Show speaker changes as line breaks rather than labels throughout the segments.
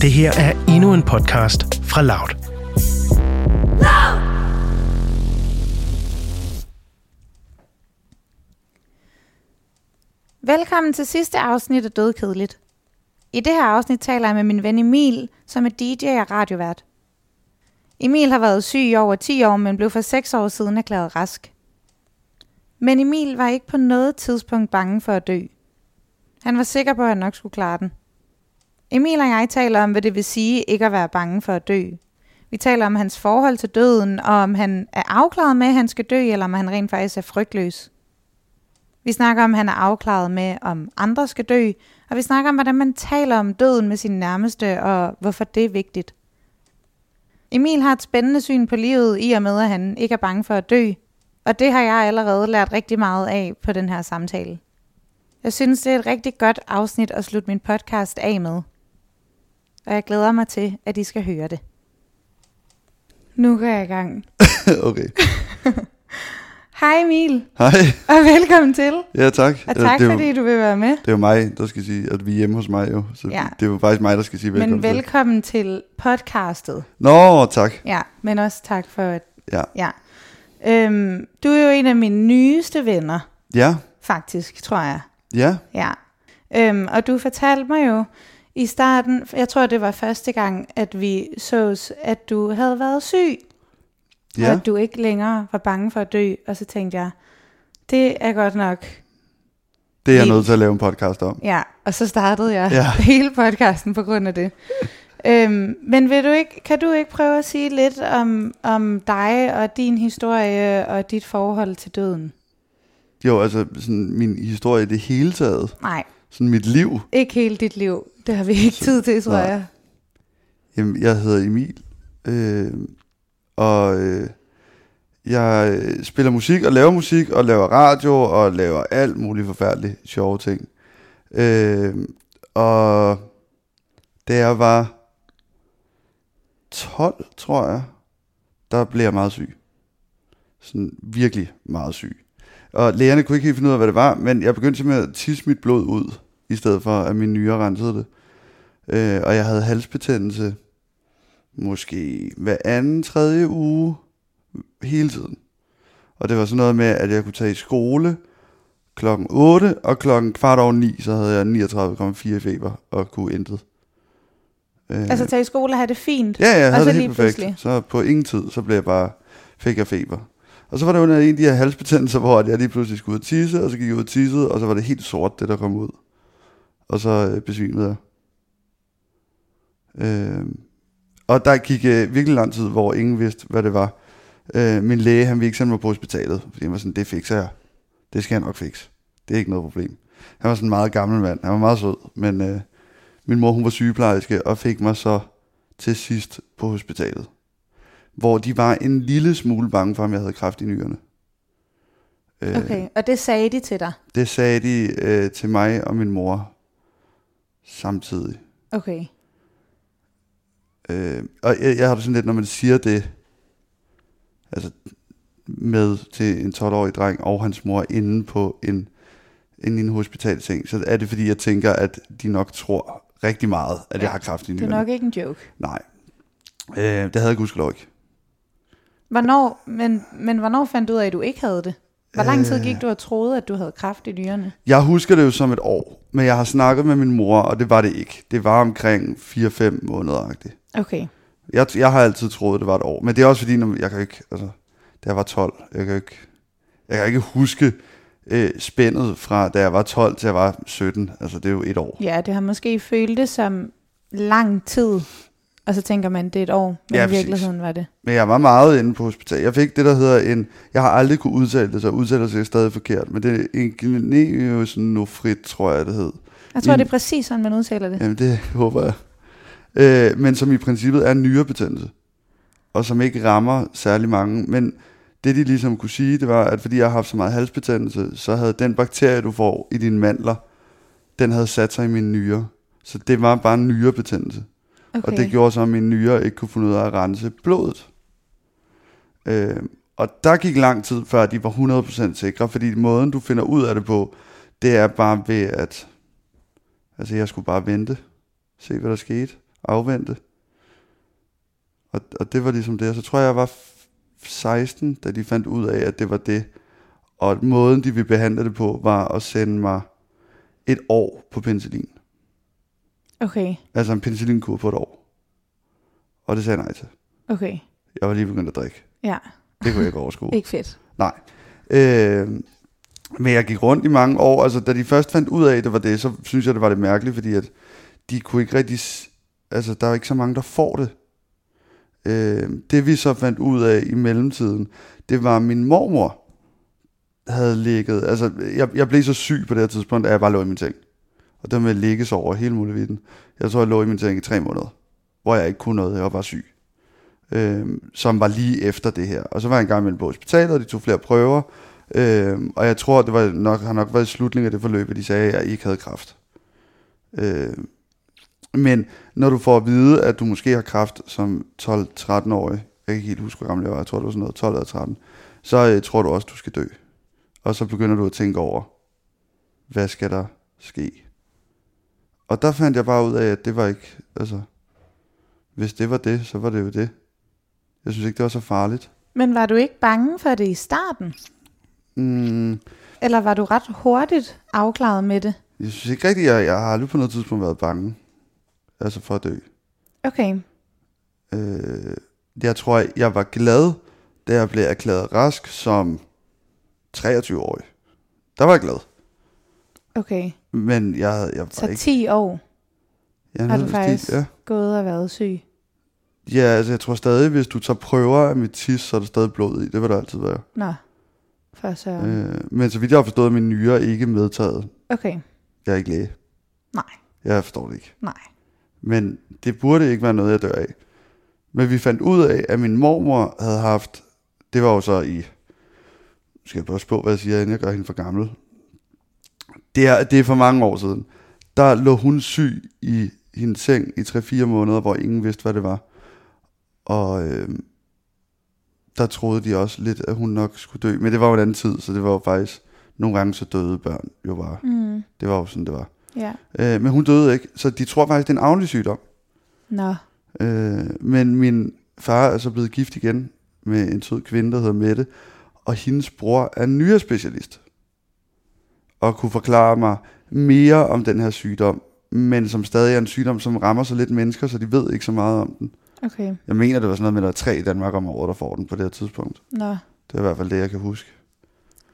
Det her er endnu en podcast fra Loud.
Velkommen til sidste afsnit af Dødkedeligt. I det her afsnit taler jeg med min ven Emil, som er DJ og radiovært. Emil har været syg i over 10 år, men blev for 6 år siden erklæret rask. Men Emil var ikke på noget tidspunkt bange for at dø. Han var sikker på, at han nok skulle klare den. Emil og jeg taler om, hvad det vil sige ikke at være bange for at dø. Vi taler om hans forhold til døden, og om han er afklaret med, at han skal dø, eller om han rent faktisk er frygtløs. Vi snakker om, at han er afklaret med, om andre skal dø, og vi snakker om, hvordan man taler om døden med sine nærmeste, og hvorfor det er vigtigt. Emil har et spændende syn på livet i og med, at han ikke er bange for at dø, og det har jeg allerede lært rigtig meget af på den her samtale. Jeg synes, det er et rigtig godt afsnit at slutte min podcast af med, og jeg glæder mig til, at I skal høre det. Nu går jeg i gang.
Okay.
Hej Emil,
Hej.
og velkommen til.
Ja, tak.
Og tak,
det, er jo-
fordi du vil være med.
Det er jo mig, der skal sige, at vi er hjemme hos mig jo. Så
Ja.
det er jo faktisk mig, der skal sige velkommen.
Men velkommen til podcastet.
Til. Nå, tak.
Ja, men også tak for, at...
Ja.
Ja. Øhm, du er jo en af mine nyeste venner,
Ja,
faktisk, tror jeg.
ja,
Ja. Øhm, og du fortalte mig jo i starten, jeg tror det var første gang, at vi sås, at du havde været syg, og
ja.
at du ikke længere var bange for at dø. Og så tænkte jeg, det er godt nok.
Det er jeg
Helt.
nødt til at lave en podcast om.
Ja, og så startede jeg ja.
Ja.
hele podcasten på grund af det. øhm, men vil du ikke, kan du ikke prøve at sige lidt om, om dig og din historie og dit forhold til døden?
Jo, altså sådan min historie i det hele taget.
Nej,
Sådan mit liv.
ikke hele dit liv. Det har vi ikke tid til, tror
Nej.
jeg.
Jamen, jeg hedder Emil. Øh, og øh, jeg øh, spiller musik og laver musik og laver radio og laver alt muligt forfærdeligt sjove ting. Øh, og da jeg var 12, tror jeg, der blev jeg meget syg. Sådan virkelig meget syg. Og lægerne kunne ikke helt finde ud af, hvad det var, men jeg begyndte simpelthen at tisse mit blod ud, i stedet for at mine nyrer rensede det. Øh, og jeg havde halsbetændelse måske hver anden, tredje uge hele tiden. Og det var sådan noget med, at jeg kunne tage i skole klokken 8, og klokken kvart over 9, så havde jeg 39,4 i feber og kunne intet. Øh,
Altså tage i skole og have det fint.
Ja, ja, jeg
Og
havde
så
det
Altså lige
helt perfekt.
pludselig.
Så på ingen tid, så blev jeg bare, fik jeg feber. Og så var der under en af de her halsbetændelser, hvor at jeg lige pludselig skulle ud og tisse, og så gik jeg ud og tissede, og så var det helt sort, det der kom ud. Og så øh, besvimede jeg. Øh, og der gik øh, virkelig lang tid, hvor ingen vidste, hvad det var. Øh, min læge, han ville ikke sende mig på hospitalet, fordi han var sådan, det fikser jeg. Det skal jeg nok fikse. Det er ikke noget problem. Han var sådan en meget gammel mand. Han var meget sød, men øh, min mor, hun var sygeplejerske, og fik mig så til sidst på hospitalet, hvor de var en lille smule bange for, om jeg havde kræft i nyerne. Øh,
Okay, og det sagde de til dig.
Det sagde de øh, til mig og min mor samtidig.
Okay.
Øh, og jeg, jeg har det sådan lidt, når man siger det, altså med til en 12-årig dreng og hans mor inde på en, inde i en hospitalseng, så er det fordi, jeg tænker, at de nok tror rigtig meget, at jeg har kræft i
Det er
nyerne.
nok ikke en joke.
Nej. Øh, det havde jeg gudskelov ikke.
Hvornår, men, men hvornår fandt du ud af, at du ikke havde det? Hvor
Øh.
lang tid gik du og troede, at du havde kræft i dyrene?
Jeg husker det jo som et år, men jeg har snakket med min mor, og det var det ikke. Det var omkring 4-5 måneder -agtigt.
Okay.
Jeg, jeg har altid troet, det var et år, men det er også fordi, når, jeg kan jo ikke, altså, da jeg var 12, jeg kan jo ikke, jeg kan ikke huske øh, spændet fra, da jeg var 12 til jeg var 17. Altså, det er jo et år.
Ja, det har måske følt det som lang tid, og så tænker man, det er et år, men
Ja,
ja, i
præcis.
virkeligheden var det.
Men jeg var meget inde på hospitalet. Jeg fik det, der hedder en... Jeg har aldrig kunne udtale det, så udtaler sig stadig forkert, men det er en gneosnofrit, tror jeg, det hed.
Jeg tror,
Mm.
det er præcis sådan, man udtaler det.
Jamen, det håber jeg. Øh, men som i princippet er en nyrebetændelse, og som ikke rammer særlig mange. Men det, de ligesom kunne sige, det var, at fordi jeg har haft så meget halsbetændelse, så havde den bakterie, du får i dine mandler, den havde sat sig i mine nyrer. Så det var bare en nyrebetændelse.
Okay.
Og det gjorde så, at mine nyrer ikke kunne finde ud af at rense blodet. Øh, og der gik lang tid, før de var 100% sikre, fordi måden, du finder ud af det på, det er bare ved at... Altså, jeg skulle bare vente, se hvad der skete. afvente. Og, og det var ligesom det. Og så tror jeg, jeg var f- 16, da de fandt ud af, at det var det. Og måden, de ville behandle det på, var at sende mig et år på penicillin.
Okay,
Altså en penicillinkur på et år. Og det sagde jeg nej til.
okay.
Jeg var lige begyndt at drikke.
Ja,
Det kunne jeg ikke overskue.
ikke fedt.
Nej. Øh, men jeg gik rundt i mange år. Altså, da de først fandt ud af, at det var det, så synes jeg, det var lidt mærkeligt, fordi at de kunne ikke rigtig... s- Altså, der er jo ikke så mange, der får det. Øh, det vi så fandt ud af i mellemtiden, det var, at min mormor havde ligget... Altså, jeg, jeg blev så syg på det her tidspunkt, at jeg bare lå i min seng. Og der med at ligge så over hele muligheden. Jeg tror, jeg lå i min seng i tre måneder, hvor jeg ikke kunne noget. Jeg var bare syg øh, som var lige efter det her. Og så var jeg en gang imellem på hospitalet, og de tog flere prøver. Øh, og jeg tror, det var nok, har nok været i slutningen af det forløb, at de sagde, at jeg ikke havde kræft. Øh, men når du får at vide, at du måske har kræft som 12-13-årig, jeg kan ikke helt huske, hvor gammel jeg var, jeg tror, det var sådan noget 12 eller 13, så øh, tror du også, du skal dø. Og så begynder du at tænke over, hvad skal der ske? Og der fandt jeg bare ud af, at det var ikke, altså, hvis det var det, så var det jo det. Jeg synes ikke, det var så farligt.
Men var du ikke bange for det i starten?
Mm,
Eller var du ret hurtigt afklaret med det?
jeg synes ikke rigtigt, jeg, jeg har aldrig på noget tidspunkt været bange. Altså for at dø.
Okay,
Øh, jeg tror, jeg, jeg var glad, da jeg blev erklæret rask som 23-årig. Der var jeg glad.
okay.
Men jeg, havde- jeg var
Så
ikke...
10 år
Jeg
har
havde
du
lyst til-
faktisk
Ja.
gået og været syg.
ja, altså jeg tror stadig, hvis du tager prøver af mit tis, så er der stadig blod i. Det vil der altid være.
Nå, for så...
Ja. Øh, men så vidt jeg har forstået, er mine nyrer ikke medtaget.
Okay,
Jeg er ikke læge.
nej,
Jeg forstår det ikke.
nej.
Men det burde ikke være noget, jeg dør af. Men vi fandt ud af, at min mormor havde haft, det var jo så i, nu skal jeg bare spå, hvad jeg siger, inden jeg gør hende for gammel. Det er, det er for mange år siden. Der lå hun syg i hendes seng i 3-4 måneder, hvor ingen vidste, hvad det var. Og øh, der troede de også lidt, at hun nok skulle dø. Men det var jo en anden tid, så det var jo faktisk, nogle gange så døde børn jo bare.
Mm,
Det var jo sådan, det var.
ja.
Øh, men hun døde ikke, så de tror faktisk, det er en arvelig sygdom.
Nå,
Øh, men min far er så blevet gift igen med en sød kvinde, der hedder Mette, og hendes bror er nyere specialist og kunne forklare mig mere om den her sygdom, men som stadig er en sygdom, som rammer så lidt mennesker, så de ved ikke så meget om den.
okay,
Jeg mener, det var sådan noget med, at der er tre i Danmark om året, der får den på det her tidspunkt.
nå,
Det er i hvert fald det, jeg kan huske.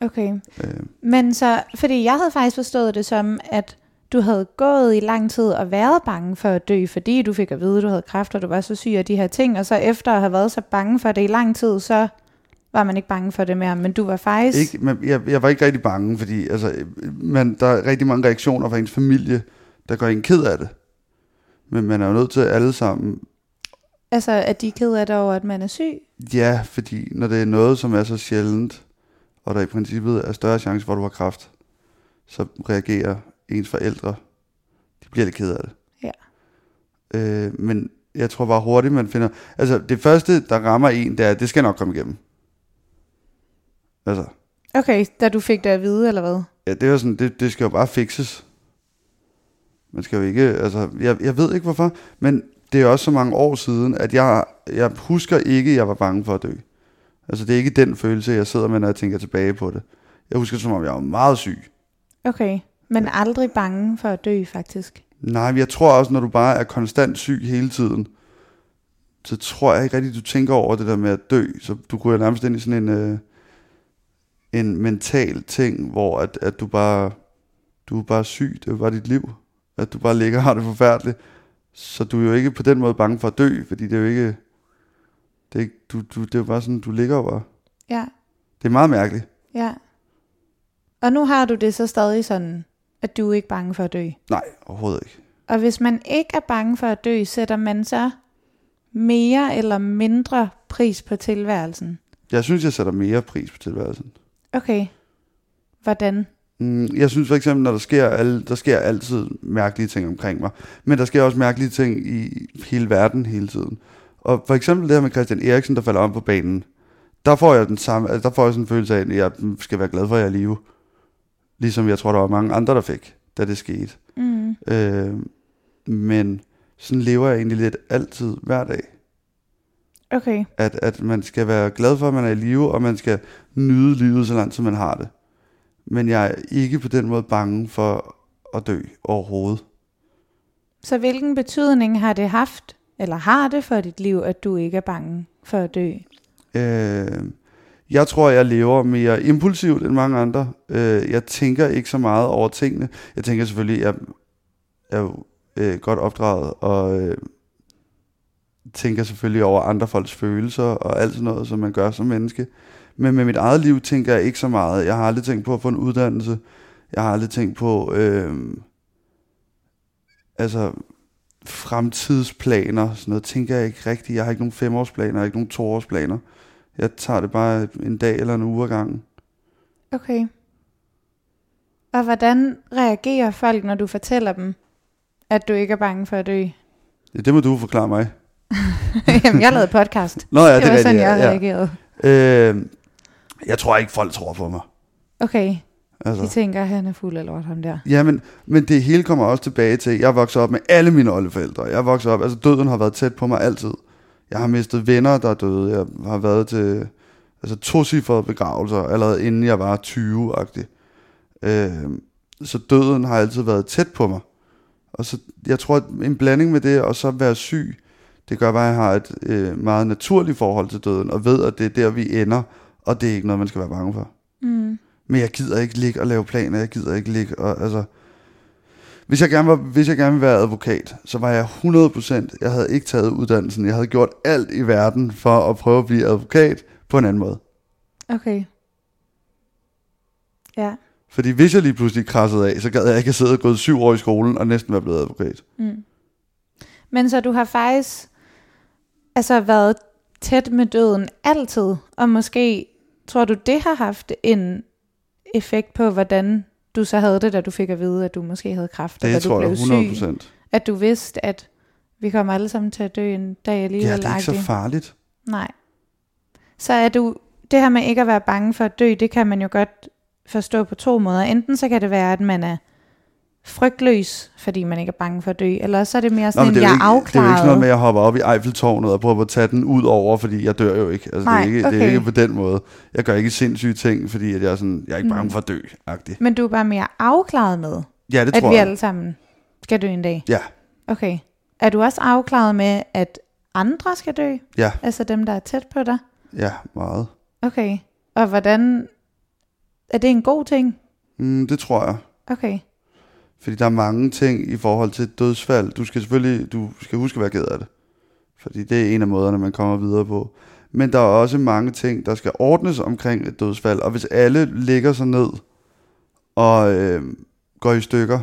okay.
Øh,
Men så, fordi jeg havde faktisk forstået det som, at du havde gået i lang tid og været bange for at dø, fordi du fik at vide, at du havde kræft, og du var så syg af de her ting, og så efter at have været så bange for det i lang tid, så var man ikke bange for det mere, men du var faktisk...
Ikke, men jeg, jeg var ikke rigtig bange, fordi altså, øh, man, der er rigtig mange reaktioner fra ens familie, der gør en ked af det. Men man er jo nødt til alle sammen
Altså, at de er ked af det over, at man er syg?
Ja, fordi når det er noget, som er så sjældent, og der i princippet er større chance for, at du har kræft, så reagerer ens forældre. De bliver lidt ked af det.
Ja.
Øh, men jeg tror bare hurtigt, man finder... Altså, det første, der rammer en, det er, det skal nok komme igennem. Altså,
Okay, da du fik det at vide, eller hvad?
ja, det er jo sådan, det, det skal jo bare fikses. Man skal jo ikke, altså, jeg, jeg ved ikke hvorfor, men det er også så mange år siden, at jeg, jeg husker ikke, at jeg var bange for at dø. Altså, det er ikke den følelse, jeg sidder med, når jeg tænker tilbage på det. Jeg husker, som om jeg var meget syg.
Okay, men aldrig bange for at dø, faktisk.
Nej, men jeg tror også, når du bare er konstant syg hele tiden, så tror jeg ikke rigtigt, du tænker over det der med at dø. Så du går jo nærmest ind i sådan en, øh, en mental ting, hvor at, at du bare du er bare syg, det er jo bare dit liv. At du bare ligger og har det forfærdeligt. Så du er jo ikke på den måde bange for at dø, fordi det er jo ikke... Det er, ikke- du, du, det er jo bare sådan, du ligger jo bare.
Ja,
Det er meget mærkeligt.
ja. Og nu har du det så stadig sådan, at du er ikke bange for at dø.
Nej, overhovedet ikke.
Og hvis man ikke er bange for at dø, sætter man så mere eller mindre pris på tilværelsen.
Jeg synes, jeg sætter mere pris på tilværelsen.
Okay, hvordan?
Mm, Jeg synes for eksempel, når der sker, alle, der sker altid mærkelige ting omkring mig, men der sker også mærkelige ting i hele verden hele tiden. Og for eksempel det her med Christian Eriksen, der falder om på banen. Der får jeg den samme, altså, der får jeg sådan en følelse af, at jeg skal være glad for, at jeg er i live. Mm. Ligesom jeg tror, der var mange andre, der fik, da det skete.
Mm.
Øh, men sådan lever jeg egentlig lidt altid hver dag.
Okay.
At, at man skal være glad for, at man er i live, og man skal nyde livet så langt, som man har det. Men jeg er ikke på den måde bange for at dø overhovedet.
Så hvilken betydning har det haft, eller har det for dit liv, at du ikke er bange for at dø?
Øh, jeg tror, jeg lever mere impulsivt end mange andre. Øh, jeg tænker ikke så meget over tingene. Jeg tænker selvfølgelig, jeg er jo øh, godt opdraget og øh, tænker selvfølgelig over andre folks følelser og alt sådan noget, som man gør som menneske. Men med mit eget liv tænker jeg ikke så meget. Jeg har aldrig tænkt på at få en uddannelse. Jeg har aldrig tænkt på øh, altså fremtidsplaner. Sådan noget tænker jeg ikke rigtigt. Jeg har ikke nogen femårsplaner, jeg har ikke nogen toårsplaner. Jeg tager det bare en dag eller en uge ad gangen.
Okay. Og hvordan reagerer folk, når du fortæller dem, at du ikke er bange for at dø?
Ja, det må du forklare mig.
Jamen, jeg lavede podcast.
Nå ja,
det,
det,
var
er
sådan, jeg
rigtigt,
reagerede.
ja. Øh, jeg tror ikke, folk tror på mig.
Okay,
Altså.
de tænker, at han er fuld af lort, ham der.
Ja, men, men det hele kommer også tilbage til, jeg voksede op med alle mine oldeforældre. Jeg voksede op, altså døden har været tæt på mig altid. Jeg har mistet venner, der er døde. Jeg har været til altså, tocifrede begravelser, allerede inden jeg var 20-agtig. Øh, så døden har altid været tæt på mig. Og så, jeg tror, at en blanding med det, og så være syg, det gør bare, at jeg har et øh, meget naturligt forhold til døden, og ved, at det er der, vi ender, og det er ikke noget, man skal være bange for.
Mm.
Men jeg gider ikke ligge og lave planer, jeg gider ikke ligge og altså... Hvis jeg, gerne var, hvis jeg gerne ville være advokat, så var jeg 100%, jeg havde ikke taget uddannelsen, jeg havde gjort alt i verden for at prøve at blive advokat på en anden måde.
Okay. Ja.
Fordi hvis jeg lige pludselig krassede af, så gad jeg ikke at sidde og gået syv år i skolen og næsten være blevet advokat.
Mm. Men så du har faktisk altså været tæt med døden altid, og måske tror du, det har haft en effekt på, hvordan du så havde det, da du fik at vide, at du måske havde kræft, og da
Det
du
tror jeg
blev
100%.
syg, at du vidste, at vi kommer alle sammen til at dø en dag alligevel.
Ja, det er ikke så
agtigt.
farligt.
Nej. Så er du, det her med ikke at være bange for at dø, det kan man jo godt forstå på to måder. Enten så kan det være, at man er frygtløs, fordi man ikke er bange for at dø, eller så er det mere
Nå,
sådan,
men
at
det er,
jeg
jo
er
ikke, det er jo ikke
afklaret.
sådan noget med, at jeg hopper op i Eiffeltårnet og prøver at tage den ud over, fordi jeg dør jo ikke. Altså,
Nej,
det, er ikke det
okay.
er ikke på den måde. Jeg gør ikke sindssyge ting, fordi at jeg, er sådan, jeg er ikke
Mm.
bange for at dø. -agtig.
Men du er bare mere afklaret med,
Ja, det
at vi
tror
altså-
jeg.
alle sammen skal dø en dag.
Ja,
Okay. Er du også afklaret med, at andre skal dø?
Ja.
Altså dem, der er tæt på dig?
ja, meget.
Okay. Og hvordan... Er det en god ting?
Mm, det tror jeg.
Okay.
Fordi der er mange ting i forhold til et dødsfald. Du skal selvfølgelig du skal huske at være ked af det. Fordi det er en af måderne, man kommer videre på. Men der er også mange ting, der skal ordnes omkring et dødsfald. Og hvis alle ligger sig ned og øh, går i stykker,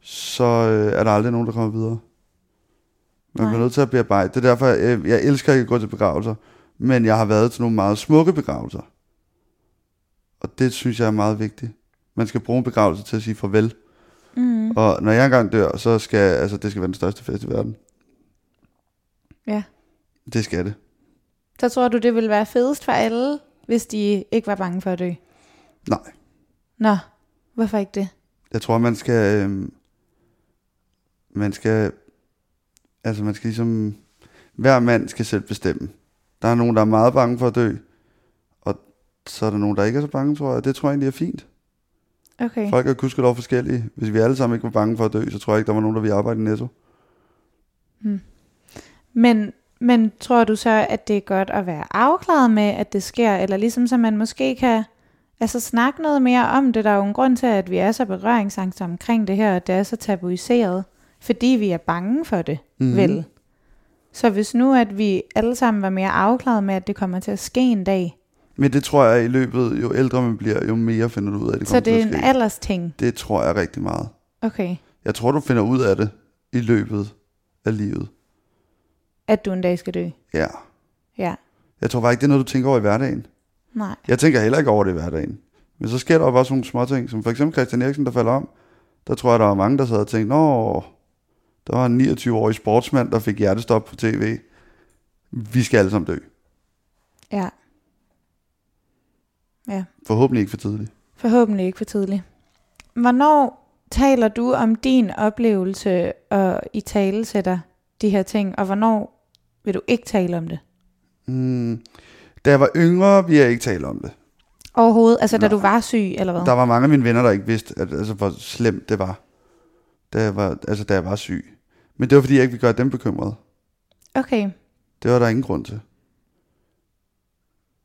så øh, er der aldrig nogen, der kommer videre. Man
Nej.
bliver nødt til at bearbejde. Det er derfor, øh, jeg elsker ikke at gå til begravelser. Men jeg har været til nogle meget smukke begravelser. Og det synes jeg er meget vigtigt. Man skal bruge en begravelse til at sige farvel.
Mm.
Og når jeg engang dør, så skal altså, det skal være den største fest i verden.
Ja.
Det skal det.
Så tror du, det ville være fedest for alle, hvis de ikke var bange for at dø?
Nej.
Nå, hvorfor ikke det?
Jeg tror, man skal... Øhm, man skal... Altså, man skal ligesom... Hver mand skal selv bestemme. Der er nogen, der er meget bange for at dø. Og så er der nogen, der ikke er så bange, tror jeg. Det tror jeg egentlig er fint.
Okay.
Folk er gudskelov forskellige. Hvis vi alle sammen ikke var bange for at dø, så tror jeg ikke, der var nogen, der ville arbejde i netto.
Men, men tror du så, at det er godt at være afklaret med, at det sker? Eller ligesom så man måske kan altså, snakke noget mere om det? Der er jo en grund til, at vi er så berøringsangste omkring det her, og det er så tabuiseret, fordi vi er bange for det,
Mhm.
mm-hmm. vel? Så hvis nu, at vi alle sammen var mere afklaret med, at det kommer til at ske en dag,
Men det tror jeg i løbet, jo ældre man bliver, jo mere finder du ud af, at det
så
kommer
det er
til at
en
ske.
alders ting.
Det tror jeg rigtig meget.
Okay.
Jeg tror, du finder ud af det i løbet af livet.
At du en dag skal dø.
Ja.
Ja.
Jeg tror bare ikke, det er noget, du tænker over i hverdagen.
Nej.
Jeg tænker heller ikke over det i hverdagen. Men så sker der jo bare sådan nogle små ting, som for eksempel Christian Eriksen, der falder om. Der tror jeg, der var mange, der sad og tænkte, Nå, der var en 29-årig sportsmand, der fik hjertestop på tv. Vi skal alle sammen dø.
Ja. Ja.
Forhåbentlig ikke for tidligt.
Forhåbentlig ikke for tidligt. Hvornår taler du om din oplevelse og i tale sætter de her ting, og hvornår vil du ikke tale om det?
Mm. Da jeg var yngre, ville jeg ikke tale om det.
Overhovedet, altså da
Nej.
du var syg, eller hvad?
Der var mange af mine venner, der ikke vidste, at, altså, hvor slemt det var da, jeg var, altså, da jeg var syg. Men det var, fordi jeg ikke ville gøre dem bekymrede.
Okay,
Det var der ingen grund til.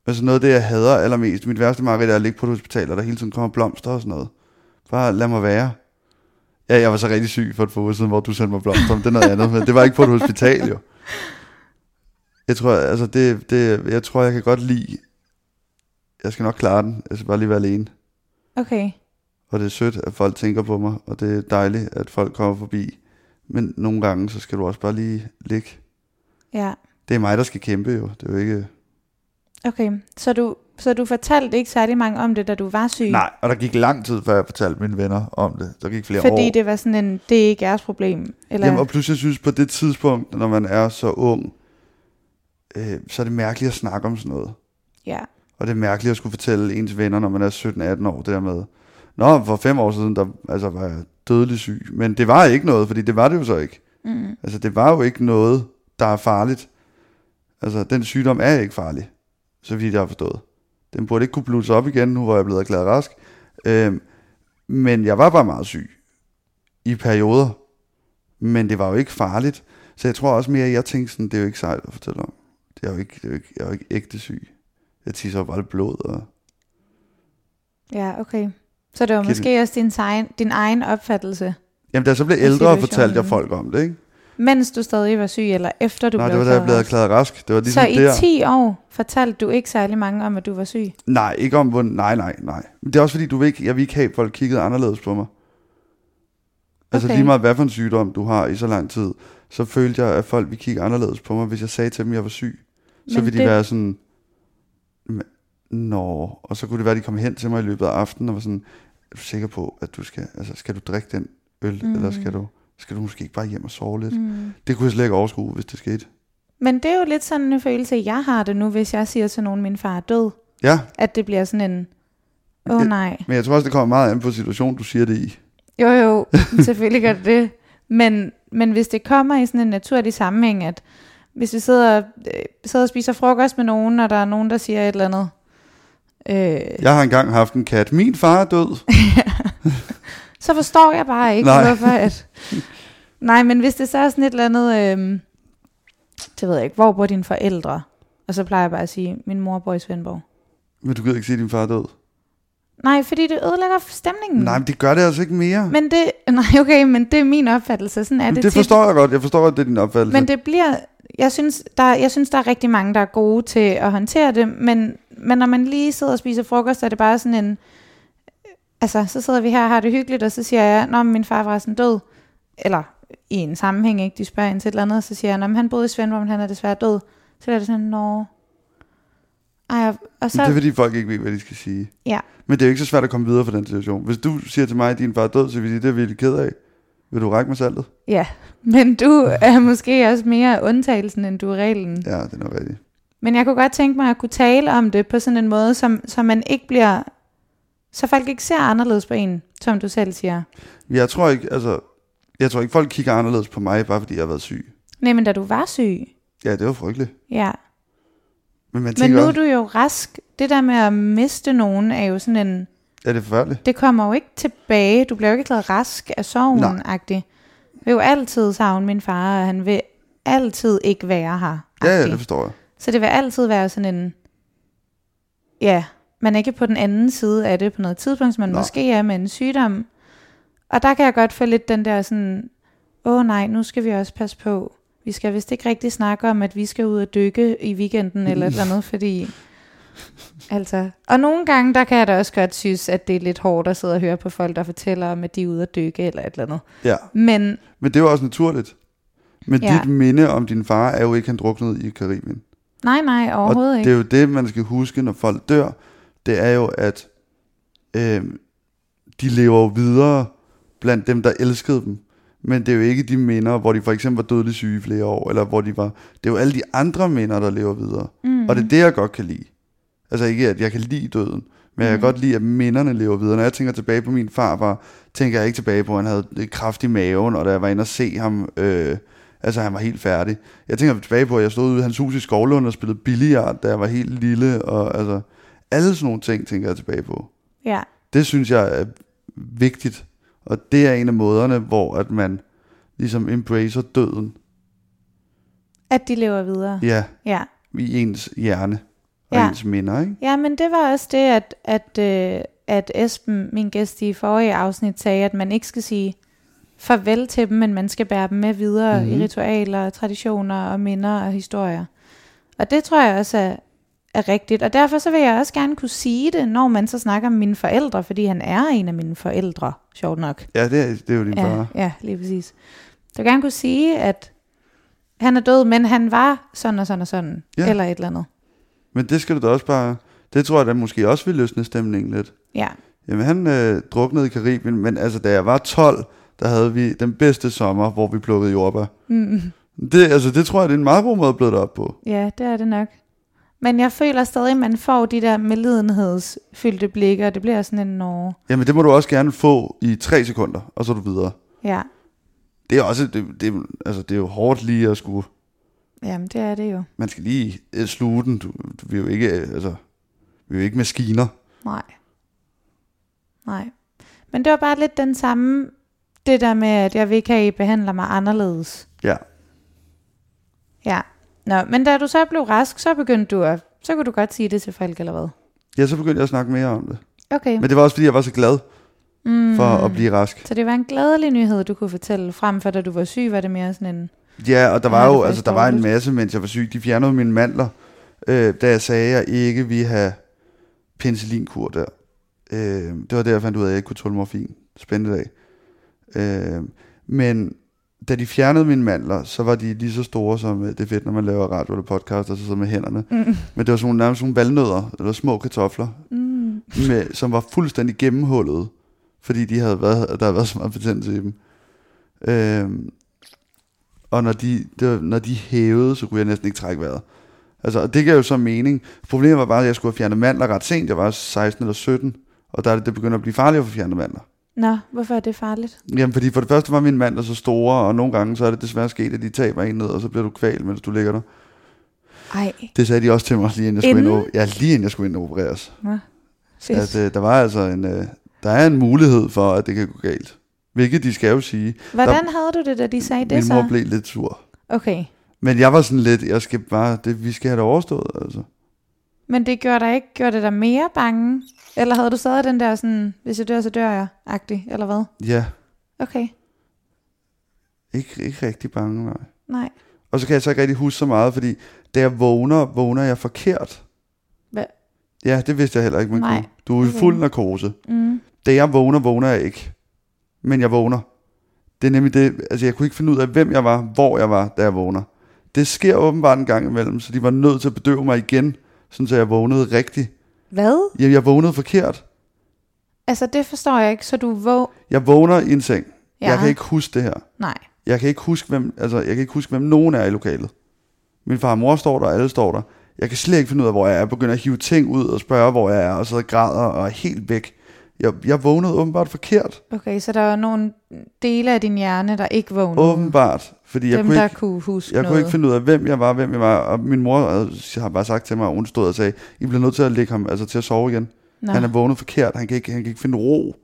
Altså noget af det, jeg hader allermest, mit værste mareridt er at ligge på et hospital, og der hele tiden kommer blomster og sådan noget. Bare lad mig være. Ja, jeg var så rigtig syg for et par uger siden, hvor du sendte mig blomster, men det er noget andet, men det var ikke på et hospital jo. Jeg tror, altså det, det, jeg tror, jeg kan godt lide, jeg skal nok klare den, jeg skal bare lige være alene.
okay.
Og det er sødt, at folk tænker på mig, og det er dejligt, at folk kommer forbi. Men nogle gange, så skal du også bare lige ligge.
Ja,
Det er mig, der skal kæmpe jo, det er jo ikke...
okay. Så du, så du fortalte ikke særlig mange om det, da du var syg?
Nej, og der gik lang tid, før jeg fortalte mine venner om det. Der gik flere
Fordi
år.
det var sådan en, det er ikke jeres problem? Eller?
Jamen, og pludselig synes på det tidspunkt, når man er så ung, øh, så er det mærkeligt at snakke om sådan noget.
Ja,
Og det er mærkeligt at skulle fortælle ens venner, når man er 17-18 år, det der med. Nå, for fem år siden, der altså, var jeg dødelig syg. Men det var ikke noget, fordi det var det jo så ikke.
mm,
Altså, det var jo ikke noget, der er farligt. Altså, den sygdom er ikke farlig, så vidt jeg har forstået. Den burde ikke kunne blusse op igen, nu hvor jeg er blevet erklæret rask. Øhm, men jeg var bare meget syg i perioder. Men det var jo ikke farligt. Så jeg tror også mere, at jeg tænkte sådan, det er jo ikke sejt at fortælle om. Det er jo ikke, det er jo ikke, jeg er jo ikke ægte syg. Jeg tisser jo bare lidt blod. Og...
ja, okay. Så det var
Kan
måske også din egen, din egen opfattelse,
Jamen, da jeg så blev
Og
ældre,
situationen.
fortalte jeg folk om det, ikke?
mens du stadig var syg, eller efter du
Nej,
blev
det var da jeg blev
erklæret
erklæret rask. Det var
rask? Så
ligesom
i
der.
10 år fortalte du ikke særlig mange om, at du var syg?
Nej, ikke om hvordan. Nej, nej, nej. Men det er også fordi, du vil ikke, jeg vil ikke have, at folk kiggede anderledes på mig. Altså
Okay.
lige meget hvad for en sygdom du har i så lang tid, så følte jeg, at folk ville kigge anderledes på mig, hvis jeg sagde til dem, at jeg var syg. Så
Men
ville
det-
de være sådan, "M- nå, og så kunne det være, at de kom hen til mig i løbet af aftenen og var sådan, er du sikker på, at du skal, altså skal du drikke den øl, mm. eller skal du, skal du måske ikke bare hjem og sove lidt?
Mm.
Det kunne jeg slet ikke overskue, hvis det skete.
Men det er jo lidt sådan en følelse, jeg har det nu, hvis jeg siger til nogen, min far er død,
Ja,
at det bliver sådan en, åh oh,
Øh,
nej.
men jeg tror også, det kommer meget an på situationen, du siger det i.
Jo, jo, selvfølgelig gør det det. Men, men hvis det kommer i sådan en naturlig sammenhæng, at hvis vi sidder, øh, sidder og spiser frokost med nogen, og der er nogen, der siger et eller andet, øh,
Jeg har engang haft en kat. Min far er død.
så forstår jeg bare ikke, Nej.
Nej.
hvorfor at... Nej, men hvis det så er sådan et eller andet, øh, det ved jeg ikke, hvor bor dine forældre? Og så plejer jeg bare at sige, min mor bor i Svendborg.
Men du gider ikke sige, at din far er død?
Nej, fordi det ødelægger stemningen.
Nej, men det gør det altså ikke mere.
Mm. Men det, nej, okay, men det er min opfattelse. Sådan er det,
Men det, det
tit.
forstår jeg godt. Jeg forstår godt, det er din opfattelse.
Men det bliver, jeg synes, der, jeg synes, der er rigtig mange, der er gode til at håndtere det, men, men når man lige sidder og spiser frokost, så er det bare sådan en, altså, så sidder vi her og har det hyggeligt, og så siger jeg, nå, men min far var sådan død, eller i en sammenhæng, ikke, de spørger ind til et eller andet, og så siger jeg, nå, men han boede i Svendborg, men han er desværre død, så er det sådan, nå, ej, og- og så,
Men det er fordi, folk ikke ved, hvad de skal sige.
Ja.
Men det er jo ikke så svært at komme videre fra den situation. Hvis du siger til mig, at din far er død, så vil jeg sige, det er vi lidt ked af. Vil du række mig saltet?
ja, men du er måske også mere undtagelsen, end du er reglen.
Ja, det er nok rigtigt.
Men jeg kunne godt tænke mig at kunne tale om det på sådan en måde, som, som man ikke bliver... Så folk ikke ser anderledes på en, som du selv siger.
Jeg tror ikke, altså... Jeg tror ikke, folk kigger anderledes på mig, bare fordi jeg har været syg.
Nej, men da du var syg.
Ja, det var frygteligt.
Ja.
Men man
Men
tænker
nu er
også,
du jo rask. Det der med at miste nogen er jo sådan en...
er det forfærdeligt?
Det kommer jo ikke tilbage. Du bliver jo ikke glad rask af sorgen agtig Jeg vil jo altid savne min far, og han vil altid ikke være her.
Ja, ja, det forstår jeg.
Så det vil altid være sådan en... Ja, man er ikke på den anden side af det på noget tidspunkt, som man
Nå.
måske er med en sygdom. Og der kan jeg godt få lidt den der sådan... Åh oh, nej, nu skal vi også passe på. Vi skal vist ikke rigtig snakke om, at vi skal ud og dykke i weekenden eller et eller andet, fordi... Altså, og nogle gange, der kan jeg da også godt synes, at det er lidt hårdt at sidde og høre på folk, der fortæller om, at de er ude at dykke eller et eller andet.
Ja.
Men
Men det er jo også naturligt. Men
Ja.
ja. dit minde om din far er jo ikke, at han druknede i Karibien.
nej, nej, overhovedet
og
ikke.
det er jo det, man skal huske, når folk dør. Det er jo, at øh, de lever jo videre blandt dem, der elskede dem. Men det er jo ikke de minder, hvor de for eksempel var dødeligt syge i flere år, eller hvor de var... Det er jo alle de andre minder, der lever videre. Mm. Og det er det, jeg godt kan lide. Altså ikke, at jeg kan lide døden, Men jeg kan godt lide, at minderne lever videre. Når jeg tænker tilbage på min farfar, tænker jeg ikke tilbage på, at han havde lidt kraft i maven, og da jeg var inde og se ham, øh, altså han var helt færdig. Jeg tænker tilbage på, at jeg stod ude i hans hus i Skovlund og spillede billiard, da jeg var helt lille, og altså alle sådan nogle ting tænker jeg tilbage på.
Ja.
Det synes jeg er vigtigt, og det er en af måderne, hvor at man ligesom embracer døden
At de lever videre.
ja,
Ja.
i ens hjerne og
Ja.
ja. ens minder, ikke?
Ja, men det var også det, at, at, øh, at Esben, min gæst i forrige afsnit, sagde, at man ikke skal sige farvel til dem, men man skal bære dem med videre mm-hmm. i ritualer, traditioner og minder og historier. Og det tror jeg også er, er rigtigt. Og derfor så vil jeg også gerne kunne sige det, når man så snakker om mine forældre, fordi han er en af mine forældre, sjovt nok.
Ja, det er, det er jo din ja.
Ja,
far.
ja, lige præcis. Du vil gerne kunne sige, at han er død, men han var sådan og sådan og sådan,
Ja.
ja. eller et eller andet.
Men det skal du da også bare... Det tror jeg da måske også vil løsne stemningen lidt.
Ja,
Jamen, han øh, druknede i Karibien, men altså, da jeg var 12, der havde vi den bedste sommer, hvor vi plukkede jordbær. Mm. Det, altså, det tror jeg, det er en meget god måde at bløde det op på.
Ja, det er det nok. Men jeg føler stadig, at man får de der medlidenhedsfyldte blikke, og det bliver sådan en Norge.
Jamen, det må du også gerne få i tre sekunder, og så er du videre.
Ja,
Det er også, det, det, altså, det er jo hårdt lige at skulle,
jamen det er det jo.
man skal lige øh, sluge den. Du, du, vi er jo ikke, øh, altså, vi er jo ikke maskiner.
Nej. Nej. Men det var bare lidt den samme, det der med, at jeg vil ikke have, at I behandler mig anderledes.
Ja,
Ja. Nå, men da du så blev rask, så begyndte du at, så kunne du godt sige det til folk, eller hvad?
ja så begyndte jeg at snakke mere om det.
Okay,
Men det var også, fordi jeg var så glad mm. for at blive rask.
så det var en glædelig nyhed, du kunne fortælle, frem for da du var syg, var det mere sådan en...
Ja, og der
Ja,
var
det er
jo altså,
faktisk
der var en
dårligt.
masse, mens jeg var syg. De fjernede mine mandler, øh, da jeg sagde, at jeg ikke ville have penicillinkur der. Øh, det var der, jeg fandt ud af, at jeg ikke kunne tåle morfin. Spændende dag. Øh, men da de fjernede mine mandler, så var de lige så store som, øh, det er fedt, når man laver radio eller podcast, og så sidder med hænderne. Mm. Men det var sådan, nogle- nærmest sådan valnødder, eller små kartofler,
Mm.
med, som var fuldstændig gennemhullet, fordi de havde været, der havde været så meget betændelse i dem. Øhm, og når de, det var, når de hævede, så kunne jeg næsten ikke trække vejret. Altså, og det gav jo så mening. Problemet var bare, at jeg skulle have fjernet mandler ret sent. Jeg var 16 eller 17, og der er det, det begynder at blive farligt at få fjernet mandler.
Nå, hvorfor er det farligt?
Jamen, fordi for det første var mine mandler så store, og nogle gange så er det desværre sket, at de taber en ned, og så bliver du kvalt, mens du ligger der.
Ej,
Det sagde de også til mig, lige inden jeg skulle,
Inden?
ind, og, ja, lige inden jeg skulle ind og opereres.
nå. Fedt.
at øh, der var altså en, øh, der er en mulighed for, at det kan gå galt. Hvilket de skal jo sige.
Hvordan havde du det, da de sagde
Min
det så?
mor blev lidt sur.
Okay,
Men jeg var sådan lidt, jeg skal bare, det, vi skal have det overstået, altså.
men det gjorde dig ikke, gjorde det dig mere bange? Eller havde du stadig den der sådan, hvis jeg dør, så dør jeg, agtig, eller hvad?
Ja,
Okay,
ikke, ikke rigtig bange, nej.
nej.
Og så kan jeg så ikke rigtig huske så meget, fordi da jeg vågner, vågner jeg forkert.
Hvad?
Ja, det vidste jeg heller ikke, man
Nej.
kunne. Du er i
Okay.
fuld narkose.
Mm.
Da jeg vågner, vågner jeg ikke. Men jeg vågner. Det er nemlig det, altså jeg kunne ikke finde ud af, hvem jeg var, hvor jeg var, da jeg vågner. Det sker åbenbart en gang imellem, så de var nødt til at bedøve mig igen, sådan så jeg vågnede rigtigt.
Hvad?
Jeg, jeg vågnede forkert.
Altså, det forstår jeg ikke, så du våg...
Jeg vågner i en seng. Ja.
Ja.
Jeg kan ikke huske det her.
Nej,
Jeg kan ikke huske, hvem, altså, jeg kan ikke huske, hvem nogen er i lokalet. Min far og mor står der, og alle står der. Jeg kan slet ikke finde ud af, hvor jeg er. Jeg begynder at hive ting ud og spørge, hvor jeg er, og sidder og græder og er helt væk. Jeg, jeg vågnede åbenbart forkert.
okay, så der var nogle dele af din hjerne, der ikke vågnede.
Åbenbart. Fordi jeg
Dem,
kunne
der
ikke,
kunne huske
Jeg
noget.
kunne ikke finde ud af, hvem jeg var, hvem jeg var, og min mor havde- har bare sagt til mig, at hun stod og sagde, I bliver nødt til at lægge ham altså, til at sove igen.
Nå.
Han er vågnet forkert, han kan, ikke, han kan ikke finde ro.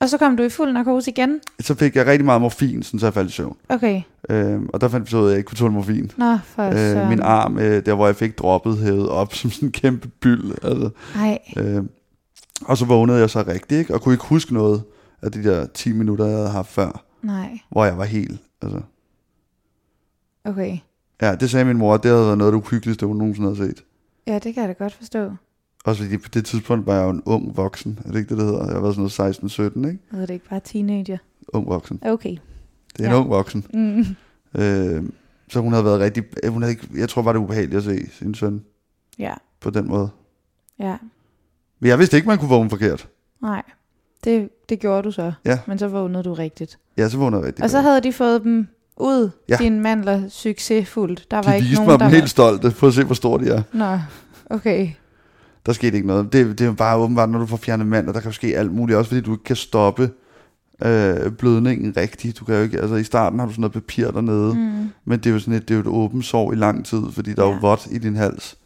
Og så kom du i fuld narkose igen?
Så fik jeg rigtig meget morfin, sådan, så jeg faldt i søvn.
Okay,
Øhm, og der fandt jeg så ud af, at jeg ikke kunne tåle morfin.
nå, for
Øh,
søren.
min arm, øh, der hvor jeg fik droppet, hævet op som sådan en kæmpe byld. Altså,
Ej,
øh, og så vågnede jeg så rigtigt, ikke? og kunne ikke huske noget af de der 10 minutter, jeg havde haft før,
nej,
hvor jeg var helt. Altså.
okay.
Ja, det sagde min mor, det havde været noget af det uhyggeligste, hun nogensinde havde set.
Ja, det kan jeg da godt forstå.
Også fordi på det tidspunkt var jeg jo en ung voksen. Er det ikke det, det hedder? Jeg var sådan noget 16-17, ikke?
Jeg ved det ikke, bare teenager.
Ung voksen.
Okay.
Det er ja.
Ja.
en ung voksen.
Mm.
Øh, så hun havde været rigtig... øh, Hun havde ikke, jeg tror bare, det var ubehageligt at se sin søn
Ja,
på den måde.
ja.
Men jeg vidste ikke, man kunne vågne forkert.
Nej, det, det gjorde du så.
Ja.
Men så vågnede du rigtigt.
Ja, så vågnede jeg rigtig.
og så
godt.
havde de fået dem ud,
Ja.
ja. dine mandler, succesfuldt. Der var
de
ikke
viste
nogen,
mig
der
dem helt stolte. Prøv at se, hvor store de er.
var... Nå, okay.
Der skete ikke noget. Det, det er jo bare åbenbart, når du får fjernet mand, og der kan jo ske alt muligt, også fordi du ikke kan stoppe øh, blødningen rigtigt. Du kan jo ikke, altså i starten har du sådan noget papir dernede, mm. men det er jo sådan et, det er jo et åbent sår i lang tid, fordi der er jo
Ja.
vådt i din hals.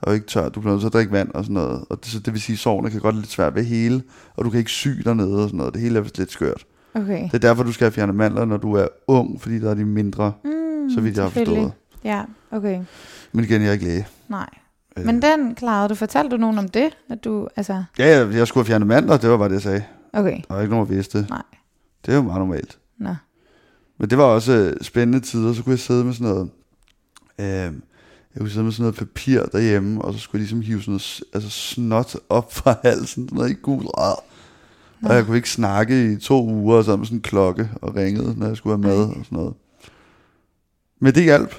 Og ikke tør, du bliver nødt til at drikke vand og sådan noget. Og det, så det vil sige, at sårene kan godt lidt svært ved hele, og du kan ikke sy dernede og sådan noget. Det hele er vist lidt skørt.
Okay.
Det er derfor, du skal have fjernet mandler, når du er ung, fordi der er de mindre,
Mm,
så vidt jeg har
selvfølgelig.
forstået.
Ja, okay.
Men igen, jeg er ikke læge.
Nej.
Øh.
Men den klarede du. Fortalte du nogen om det? At du, altså,
Ja, jeg, jeg skulle have fjernet mandler, det var bare det, jeg sagde.
okay.
Der var ikke nogen, der vidste det.
Nej.
Det er jo meget normalt.
Nå.
Men det var også øh, spændende tider, så kunne jeg sidde med sådan noget... Øh, jeg kunne sidde med sådan noget papir derhjemme, og så skulle jeg ligesom hive sådan noget s- altså snot op fra halsen, sådan noget i gul rad. Og jeg kunne ikke snakke i to uger, og så med sådan en klokke og ringede, når jeg skulle have mad og sådan noget. Men det hjalp.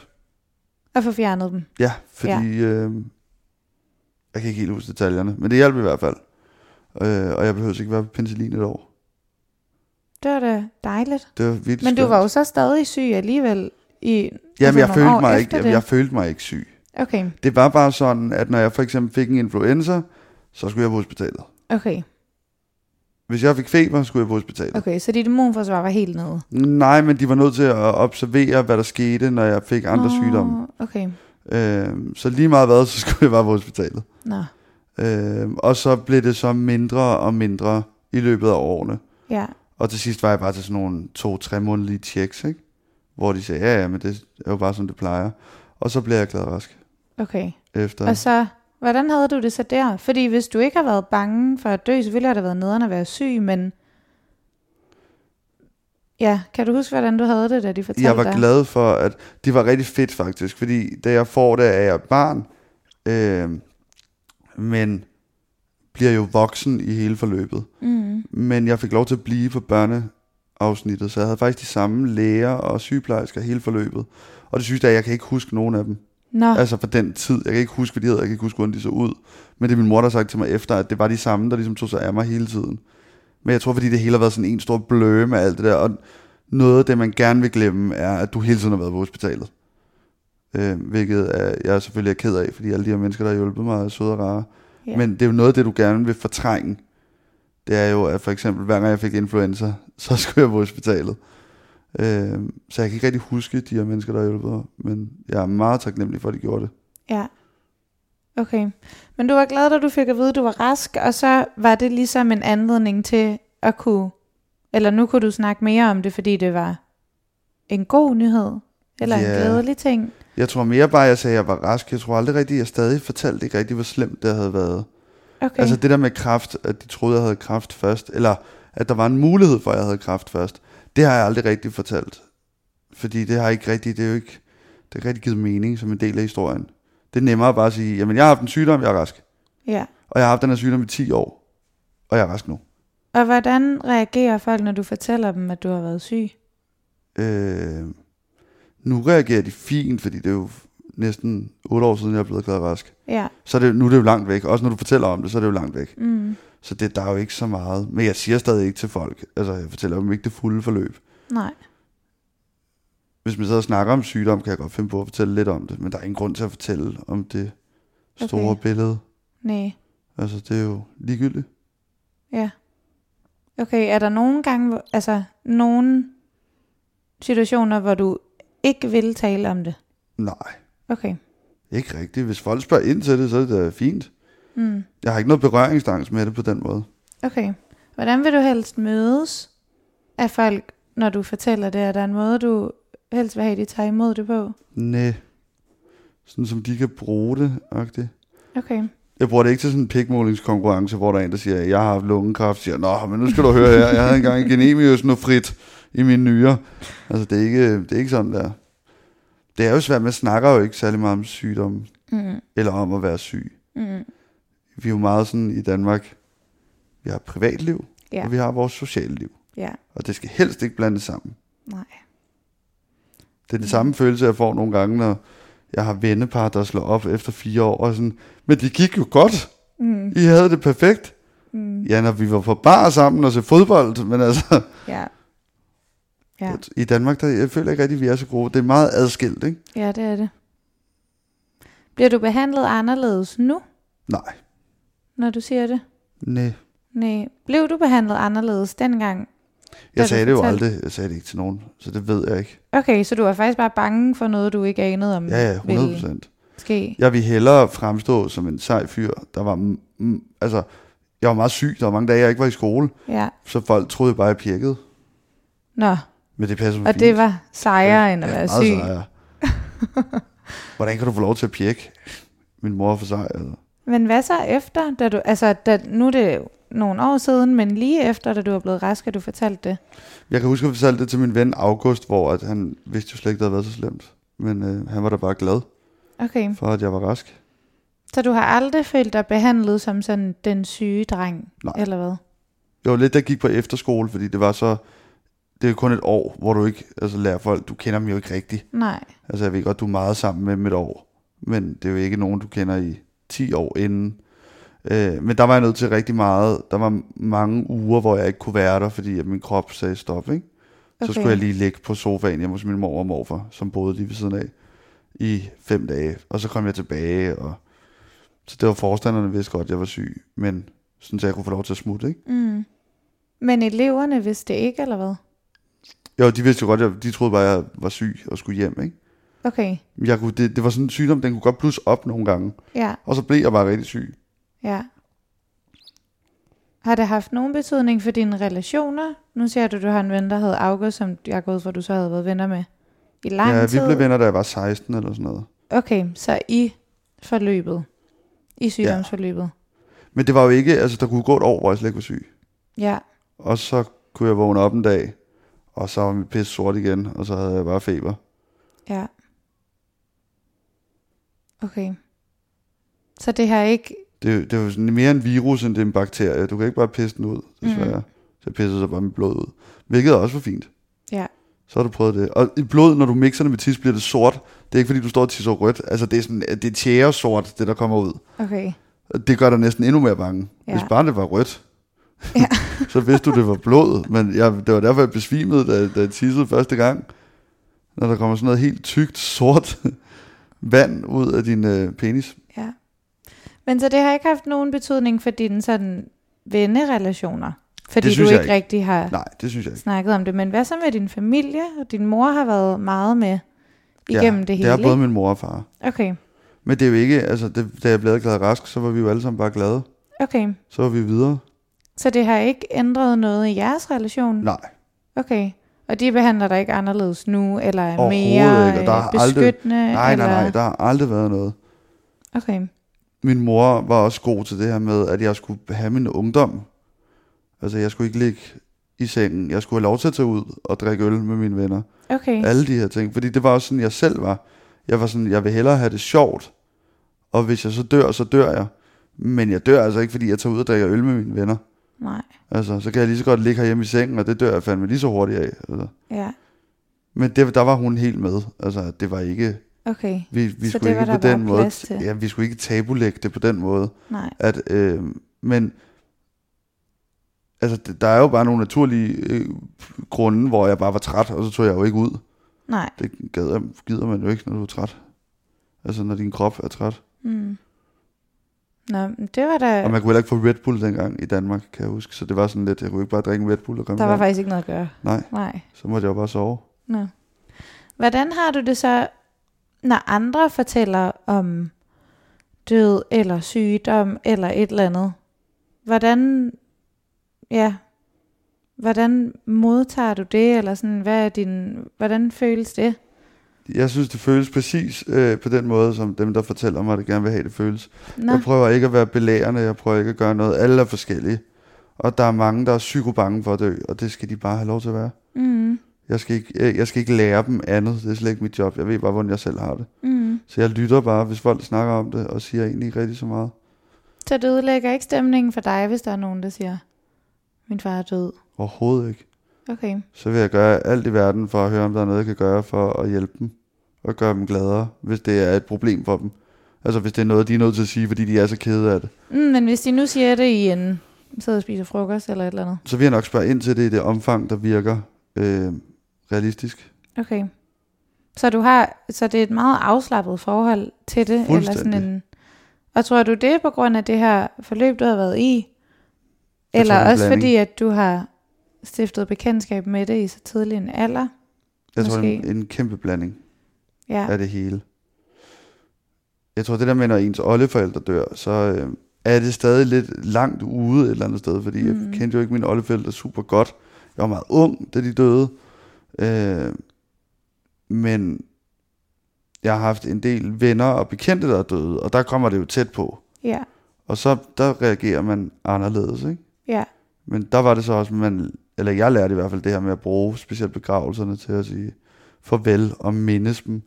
Og få fjernet dem.
Ja, fordi ja. Øh, jeg kan ikke helt huske detaljerne, men det hjalp i hvert fald. Øh, og jeg behøvede ikke være på penicillin et år.
Det var da dejligt.
Det var virkelig
Men du
skønt.
var jo så stadig syg alligevel i
Jamen,
altså,
jeg
nogle
følte,
år
mig ikke,
efter
jeg,
det.
jeg følte mig ikke syg.
Okay,
Det var bare sådan, at når jeg for eksempel fik en influenza, så skulle jeg på hospitalet.
okay,
Hvis jeg fik feber, skulle jeg på hospitalet. Okay.
okay. Så dit immunforsvar var helt nede?
Nej, men de var nødt til at observere, hvad der skete, når jeg fik andre
Nå,
sygdomme.
Okay,
Øh, så lige meget hvad, så skulle jeg bare på hospitalet.
nå.
Øh, og så blev det så mindre og mindre i løbet af årene.
Ja,
Og til sidst var jeg bare til sådan nogle to-tre månedlige checks, ikke? Hvor de sagde, ja, ja, men det er jo bare sådan, det plejer. Og så blev jeg glad rask
okay.
efter.
Og så, hvordan havde du det så der? Fordi hvis du ikke har været bange for at dø, så ville det have været nederen at være syg, men... Ja, kan du huske, hvordan du havde det, da de fortalte
jeg var
dig?
glad for, at det var rigtig fedt faktisk, fordi da jeg får det, er jeg barn, øh, men bliver jo voksen i hele forløbet.
Mm.
Men jeg fik lov til at blive på børneafsnittet, så jeg havde faktisk de samme læger og sygeplejersker hele forløbet. Og det synes jeg, at jeg kan ikke huske nogen af dem.
Nå,
Altså fra den tid. Jeg kan ikke huske, hvad de hedder, jeg kan ikke huske, hvordan de så ud. Men det er min mor, der har sagt til mig efter, at det var de samme, der ligesom tog sig af mig hele tiden. Men jeg tror, fordi det hele har været sådan en stor blø med alt det der, og noget af det, man gerne vil glemme, er, at du hele tiden har været på hospitalet. Øh, hvilket er, jeg selvfølgelig er ked af, fordi alle de her mennesker, der har hjulpet mig, er søde og rare.
Ja.
Yeah. Men det er jo noget af det, du gerne vil fortrænge. Det er jo, at for eksempel, hver gang jeg fik influenza, så skulle jeg på hospitalet. Øh, så jeg kan ikke rigtig huske de her mennesker, der har hjulpet mig, men jeg er meget taknemmelig for, at de gjorde det.
ja. Okay. Men du var glad, da du fik at vide, at du var rask, og så var det ligesom en anledning til at kunne... Eller nu kunne du snakke mere om det, fordi det var en god nyhed, eller
Ja.
en glædelig ting.
Jeg tror mere bare, jeg sagde, at jeg var rask. Jeg tror aldrig rigtigt, jeg stadig fortalte ikke rigtigt, hvor slemt det havde været. Okay.
Okay,
Altså det der med kraft, at de troede, jeg havde kraft først, eller at der var en mulighed for, at jeg havde kraft først, det har jeg aldrig rigtigt fortalt. Fordi det har ikke rigtigt, det er jo ikke, det har ikke rigtig givet mening som en del af historien. Det er nemmere bare at sige, jamen jeg har haft en sygdom, jeg er rask.
ja.
Og jeg har haft den her sygdom i 10 år, og jeg er rask nu.
Og hvordan reagerer folk, når du fortæller dem, at du har været syg?
Øh, nu reagerer de fint, fordi det er jo næsten 8 år siden, jeg er blevet glad rask.
Ja,
Så er det, nu er det jo langt væk. Også når du fortæller om det, så er det jo langt væk.
mm.
Så det, der er jo ikke så meget. Men jeg siger stadig ikke til folk. Altså, jeg fortæller dem ikke det fulde forløb.
nej.
Hvis man sidder og snakker om sygdom, kan jeg godt finde på at fortælle lidt om det. Men der er ingen grund til at fortælle om det store
Okay.
okay. billede.
Nej,
Altså, det er jo ligegyldigt.
ja. Okay, er der nogen gange, hvor- altså nogen situationer, hvor du ikke vil tale om det?
Nej,
Okay,
ikke rigtigt. Hvis folk spørger ind til det, så er det da fint.
mm.
Jeg har ikke noget berøringsangst med det på den måde.
okay. Hvordan vil du helst mødes af folk, når du fortæller det? Er der en måde, du helst vil have, de tager imod det på?
Næh. Sådan som de kan bruge det, agtigt.
Okay,
Jeg bruger det ikke til sådan en pikmålingskonkurrence, hvor der er en, der siger, jeg har haft lungekræft, siger, nå, men nu skal du høre her, jeg havde engang genemius nu frit i mine nyrer. Altså, det er ikke, det er ikke sådan der. Det er jo svært, man snakker jo ikke særlig meget om sygdomme,
mm.
eller om at være syg.
Mm.
Vi er jo meget sådan i Danmark, vi har et privatliv,
Ja.
og vi har vores sociale liv,
ja,
og det skal helst ikke blandes sammen.
nej.
Det er den samme følelse, jeg får nogle gange, når jeg har vennepar, der slår op efter fire år, og sådan, men det gik jo godt.
Mm.
I havde det perfekt.
Mm.
Ja, når vi var på bar sammen og så fodbold, men altså,
Ja.
ja.
Ja.
i Danmark, der, jeg føler ikke rigtig, at vi er så gode. Det er meget adskilt, ikke?
Ja, det er det. Bliver du behandlet anderledes nu?
Nej,
når du siger det?
Nej.
Nej. Blev du behandlet anderledes dengang? Da du
Jeg sagde det jo
fortalte-
aldrig. Jeg sagde det ikke til nogen, så det ved jeg ikke.
Okay, så du var faktisk bare bange for noget, du ikke anede om
Ja, ja, 100
ville
procent.
ske?
Jeg vil hellere fremstå som en sej fyr, der var... Mm, mm, altså, jeg var meget syg. Der var mange dage, jeg ikke var i skole.
Ja.
Så folk troede bare, jeg pjekkede.
Nå,
Men det passer mig
og
fint.
det var sejere end at
Ja,
være
meget
syg.
sejere. Hvordan kan du få lov til at pjekke? Min mor er for sej. Altså.
Men hvad så efter, da du, altså da, nu er det jo nogle år siden, men lige efter, da du var blevet rask, at du fortalte det.
Jeg kan huske, at jeg fortalte det til min ven August, hvor at han vidste jo slet ikke, det havde været så slemt. Men øh, han var da bare glad
Okay,
for, at jeg var rask.
så du har aldrig følt dig behandlet som sådan den syge dreng,
Nej.
eller hvad?
Det var lidt, der gik på efterskole, fordi det var så... Det er kun et år, hvor du ikke altså, lærer folk, du kender dem jo ikke rigtigt.
Nej,
Altså jeg ved godt, du er meget sammen med dem et år, men det er jo ikke nogen, du kender i 10 år inden. Øh, men der var jeg nødt til rigtig meget, der var mange uger, hvor jeg ikke kunne være der, fordi at min krop sagde stop, ikke?
Okay.
Så okay. skulle jeg lige ligge på sofaen hjemme hos min mor og morfar, som boede lige ved siden af, i fem dage. Og så kom jeg tilbage, og så det var forstanderne vidste godt, at jeg var syg, men sådan så jeg kunne få lov til at smutte, ikke?
men eleverne vidste det ikke, eller hvad?
Jo, de vidste jo godt, jeg, de troede bare, at jeg var syg og skulle hjem, ikke?
Okay,
Jeg kunne, det, det var sådan en sygdom, den kunne godt blusse op nogle gange.
ja,
Og så blev jeg bare rigtig syg.
ja. Har det haft nogen betydning for dine relationer? Nu ser du, du har en ven, der hedder August, som jeg går ud fra, du så havde været venner med i lang
Ja,
tid.
vi blev venner, da jeg var 16 eller sådan noget.
Okay, så i forløbet, i sygdomsforløbet.
Men det var jo ikke, altså der kunne gå et år, hvor jeg slet ikke var syg.
Ja,
Og så kunne jeg vågne op en dag, og så var mit pis sort igen, og så havde jeg bare feber.
ja. Okay. Så det har ikke...
Det, er jo- det er jo sådan mere en virus, end det er en bakterie. Du kan ikke bare pisse den ud, desværre. Mm. Så jeg pissede så bare mit blod ud. Hvilket også var fint.
Ja,
Så har du prøvet det. Og i blod, når du mixer det med tis, bliver det sort. Det er ikke fordi, du står og tisser rødt. Altså det er sådan, det er tjæresort, det der kommer ud.
okay.
Og Det gør dig næsten endnu mere bange.
Ja.
Ja. Hvis bare det var rødt,
Ja.
så vidste du, det var blod. Men jeg, det var derfor, jeg besvimede, da, da jeg tissede første gang. Når der kommer sådan noget helt tykt, sort vand ud af din øh, penis.
Ja. Men så det har ikke haft nogen betydning for dine sådan vennerelationer? Fordi
Det
du
synes
ikke,
jeg ikke.
rigtig har
Nej, det synes jeg ikke.
snakket om det. Men hvad så med din familie? Og din mor har været meget med igennem
ja,
det
Det
hele,
er både min mor og far.
ikke? Okay,
Men det er jo ikke, altså det, da jeg blev glad og rask, så var vi jo alle sammen bare glade.
okay.
Så var vi videre.
Mm. Så det har ikke ændret noget i jeres relation?
Nej,
Okay. Og de behandler dig ikke anderledes nu, eller er
Overhovedet
mere
ikke, og der
øh,
har aldrig-
beskyttende?
nej, nej,
eller...
nej, der har aldrig været noget.
Okay,
min mor var også god til det her med, at jeg skulle have min ungdom. Altså, jeg skulle ikke ligge i sengen. Jeg skulle have lov til at tage ud og drikke øl med mine venner.
okay.
Alle de her ting. Fordi det var også sådan, jeg selv var. Jeg var sådan, jeg vil hellere have det sjovt. Og hvis jeg så dør, så dør jeg. Men jeg dør altså ikke, fordi jeg tager ud og drikker øl med mine venner.
Nej,
Altså, så kan jeg lige så godt ligge herhjemme i sengen, og det dør jeg fandme lige så hurtigt af. Altså.
ja,
Men det, der var hun helt med. Altså, det var ikke...
okay.
Vi, vi
Så
skulle
det var
ikke
der
på den
bare
måde...
plads til.
Ja, vi skulle ikke tabulægge det på den måde.
Nej,
at, øh, men altså, det- der er jo bare nogle naturlige øh, grunde, hvor jeg bare var træt, og så tog jeg jo ikke ud.
nej.
Det gider, gider man jo ikke, når du er træt. Altså, når din krop er træt.
Mm. Nå, men det var da...
Og man kunne heller ikke få Red Bull dengang i Danmark, kan jeg huske. Så det var sådan lidt, jeg kunne ikke bare drikke en Red Bull og komme
Der var
hjem.
faktisk ikke noget at gøre.
Nej,
Nej,
så måtte jeg jo bare sove.
nå. Hvordan har du det så, når andre fortæller om død, eller sygdom, eller et eller andet? Hvordan, ja, hvordan modtager du det, eller sådan, hvad er din, hvordan føles det?
Jeg synes, det føles præcis øh, på den måde, som dem, der fortæller mig, at det gerne vil have, det føles.
Nå,
Jeg prøver ikke at være belærende, jeg prøver ikke at gøre noget. Alle er forskellige. Og der er mange, der er psykobange for at dø, og det skal de bare have lov til at være.
mm,
Jeg skal, ikke, øh, jeg skal ikke lære dem andet. Det er slet ikke mit job. Jeg ved bare, hvordan jeg selv har det.
mm.
Så jeg lytter bare, hvis folk snakker om det, og siger egentlig ikke rigtig så meget.
Så det ødelægger ikke stemningen for dig, hvis der er nogen, der siger, min far er død.
Overhovedet ikke.
Okay,
Så vil jeg gøre alt i verden for at høre, om der er noget, jeg kan gøre for at hjælpe dem. Og gøre dem gladere, hvis det er et problem for dem. Altså hvis det er noget, de er nødt til at sige, fordi de er så kede af det.
mm, men hvis de nu siger det i en, sidder og spiser frokost eller et eller andet.
Så vil jeg nok spørge ind til det i det omfang, der virker øh, realistisk.
Okay. Så du har, så det er et meget afslappet forhold til det, eller sådan
Fuldstændig.
en, og Og tror du det er på grund af det her forløb, du har været i?
Jeg tror,
Eller
det er en
også
blanding.
fordi, at du har stiftet bekendtskab med det i så tidlig en alder?
Jeg tror, det er
Måske.
en, en kæmpe blanding
Ja.
af det hele. Jeg tror, det der med, når ens oldeforældre dør, så øh, er det stadig lidt langt ude et eller andet sted, fordi mm.
Mm.
jeg kendte jo ikke mine oldeforældre super godt. Jeg var meget ung, da de døde. Øh, men jeg har haft en del venner og bekendte, der er døde, og der kommer det jo tæt på.
Ja.
Og så der reagerer man anderledes, ikke?
Ja.
Men der var det så også, man, eller jeg lærte i hvert fald det her med at bruge specielt begravelserne til at sige farvel og mindes dem.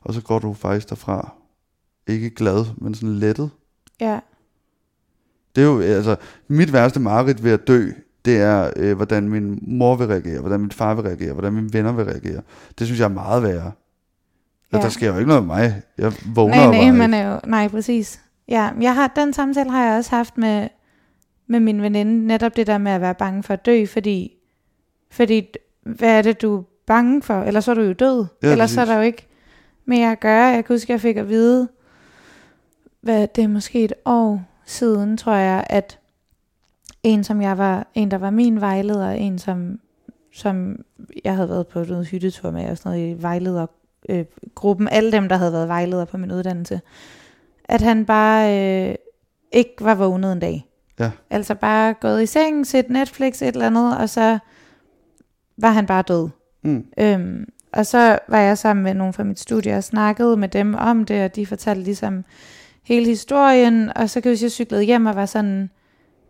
Og så går du faktisk derfra ikke glad, men sådan lettet.
Ja.
Det er jo, altså, mit værste mareridt ved at dø, det er, øh, hvordan min mor vil reagere, hvordan min far vil reagere, hvordan mine venner vil reagere. Det synes jeg er meget værre. Ja.
Ja.
Der sker jo ikke noget med mig. Jeg vågner
Nej,
og
nej,
bare
man
ikke.
er jo, nej, præcis. Ja, jeg har, den samtale har jeg også haft med, med min veninde, netop det der med at være bange for at dø, fordi, fordi hvad er det, du er bange for? Eller så er du jo død.
Ja,
Ellers så er
præcis.
der jo ikke mere at gøre. Jeg kan huske, jeg fik at vide, hvad det er måske et år siden, tror jeg, at en, som jeg var, en der var min vejleder, en som, som jeg havde været på noget hyttetur med, og sådan noget i vejleder øh, gruppen, alle dem, der havde været vejledere på min uddannelse, at han bare øh, ikke var vågnet en dag.
Ja.
Altså bare gået i seng, set Netflix, et eller andet, og så var han bare død.
Mm.
Øhm, og så var jeg sammen med nogen fra mit studie og snakkede med dem om det, og de fortalte ligesom hele historien, og så kan jeg huske, jeg cyklede hjem og var sådan,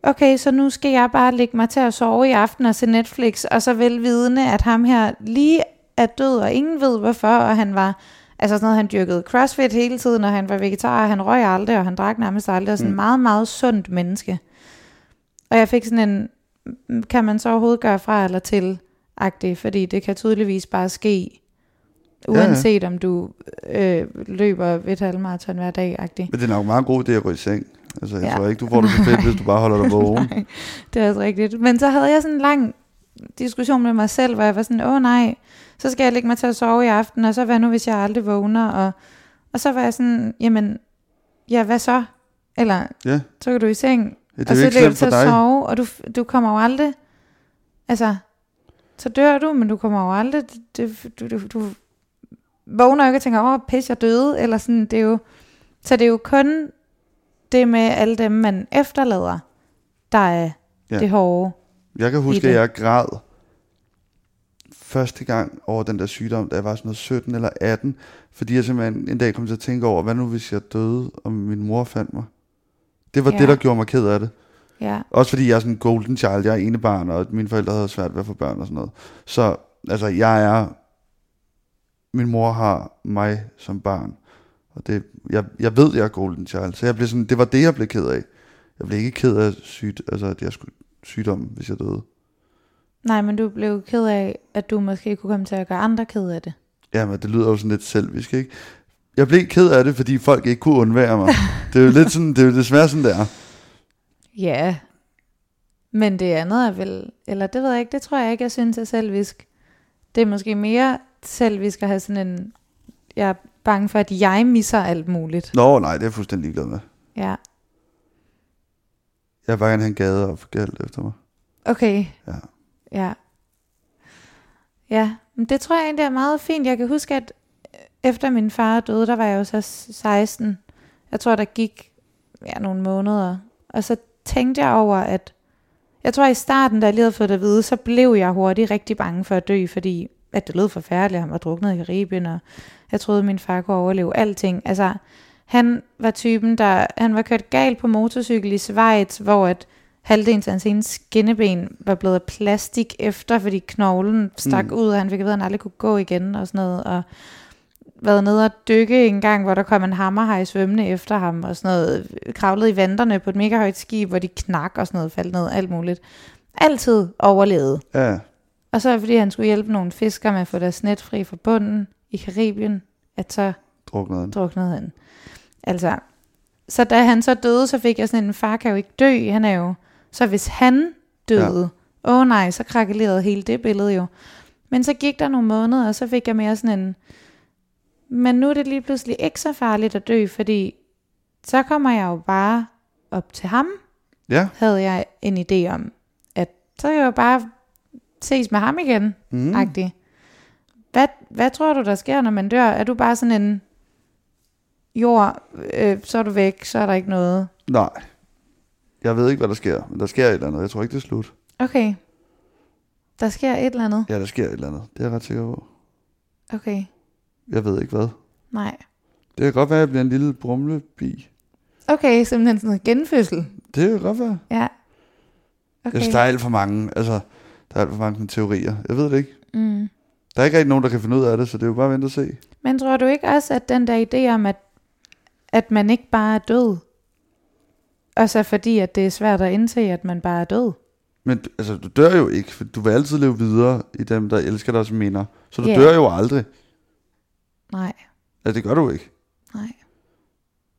okay, så nu skal jeg bare lægge mig til at sove i aften og se Netflix, og så velvidende, at ham her lige er død, og ingen ved hvorfor, og han var, altså sådan noget, han dyrkede crossfit hele tiden, og han var vegetar, og han røg aldrig, og han drak nærmest aldrig, og sådan en
Mm.
meget, meget sundt menneske. Og jeg fik sådan en, "Mm, kan man så overhovedet gøre fra eller til, agtig, fordi det kan tydeligvis bare ske,
Ja, ja.
uanset om du øh, løber et halvmarathon hver dag, agtig.
Men det er nok meget god idé at gå i seng. Altså, jeg
Ja.
ja. tror ikke, du får det så fedt, hvis du bare holder dig vågen.
Nej, det er også rigtigt. Men så havde jeg sådan en lang diskussion med mig selv, hvor jeg var sådan, åh nej, så skal jeg lægge mig til at sove i aften, og så hvad nu, hvis jeg aldrig vågner? Og, og så var jeg sådan, jamen, ja, hvad så? Eller,
Ja.
så kan du i seng,
Ja, Det er
og
jo
så
ikke
løber du
slemt
til
for
at
dig.
sove, og du, du kommer jo aldrig, altså, så dør du, men du kommer jo aldrig, det, du, du, du vågner jo ikke og tænker, åh, pis, jeg døde, eller sådan, det er jo, så det er jo kun det med alle dem, man efterlader, der er ja.
Ja.
det hårde.
Jeg kan
i
huske, at
det.
jeg græd første gang over den der sygdom, da jeg var sådan noget 17 eller 18, fordi jeg simpelthen en dag kom til at tænke over, hvad nu hvis jeg døde, og min mor fandt mig? Det var
Ja.
ja. det, der gjorde mig ked af det.
Ja,
Også fordi jeg er sådan en golden child, jeg er ene barn, og mine forældre havde svært ved at få børn og sådan noget. Så altså, jeg er... Min mor har mig som barn. Og det, jeg, jeg ved, jeg er golden child. Så jeg blev sådan, det var det, jeg blev ked af. Jeg blev ikke ked af syg, altså, at jeg skulle sygdom, hvis jeg døde.
nej, men du blev ked af, at du måske kunne komme til at gøre andre ked af det.
Jamen, det lyder jo sådan lidt selvisk, ikke? Jeg blev ked af det, fordi folk ikke kunne undvære mig. Det er jo lidt sådan, det er jo desværre sådan, det er.
Ja, men det andet er vel, eller det ved jeg ikke, det tror jeg ikke, jeg synes er selvisk. Det er måske mere selvisk at have sådan en, jeg er bange for, at jeg misser alt muligt.
Nå, nej, det er jeg fuldstændig ligeglad med.
Ja,
Jeg vil bare gerne have en gade og få galt efter mig.
okay.
Ja.
Ja. Ja, men det tror jeg egentlig er meget fint. Jeg kan huske, at øh, efter min far døde, der var jeg jo så 16. Jeg tror, der gik ja, nogle måneder. Og så tænkte jeg over, at jeg tror, i starten, da jeg lige havde fået det at vide, så blev jeg hurtigt rigtig bange for at dø, fordi at det lød forfærdeligt. Han var druknet i Karibien, og jeg troede, min far kunne overleve alting. Altså, han var typen, der... Han var kørt galt på motorcykel i Schweiz, hvor at halvdelen af hans ene skinneben var blevet af plastik efter, fordi knoglen stak mm.
Mm.
ud, og han fik at vide, at han aldrig kunne gå igen og sådan noget. Og været nede og dykke en gang, hvor der kom en hammerhaj svømmende efter ham, og sådan noget, kravlede i vanterne på et mega højt skib, hvor de knak og sådan noget, faldt ned, alt muligt. Altid overlevede.
Ja,
Og så er det, fordi han skulle hjælpe nogle fiskere med at få deres net fri fra bunden i Karibien, at så
druknet den.
druknede han. Altså, så da han så døde, så fik jeg sådan en, far kan jo ikke dø, han er jo... Så hvis han døde, åh ja. oh nej, så krakkelerede hele det billede jo. Men så gik der nogle måneder, og så fik jeg mere sådan en, men nu er det lige pludselig ikke så farligt at dø, fordi Så kommer jeg jo bare op til ham,
Ja,
havde jeg en idé om, at så kan jeg jo bare ses med ham igen, mm. agtig. Hvad, hvad tror du, der sker, når man dør? Er du bare sådan en jord, øh, så er du væk, så er der ikke noget?
nej. Jeg ved ikke, hvad der sker, men der sker et eller andet. Jeg tror ikke, det er slut.
Okay. Der sker et eller andet.
Ja, der sker et eller andet. Det er jeg ret sikker på.
Okay.
Jeg ved ikke hvad.
Nej.
Det kan godt være, at jeg bliver en lille brumlebi.
Okay, simpelthen sådan en genfødsel.
Det kan godt være.
Ja.
Okay. Jeg synes, der er alt for mange. Altså, der er alt for mange sådan teorier. Jeg ved det ikke.
Mm.
Der er ikke rigtig nogen, der kan finde ud af det, så det er jo bare at vente og se.
Men tror du ikke også, at den der idé om, at, at man ikke bare er død, og så fordi, at det er svært at indse, at man bare er død?
Men du- altså, du dør jo ikke, for du vil altid leve videre i dem, der elsker dig som minder. Så du
Ja.
yeah. dør jo aldrig.
Nej,
Altså, det gør du ikke.
nej.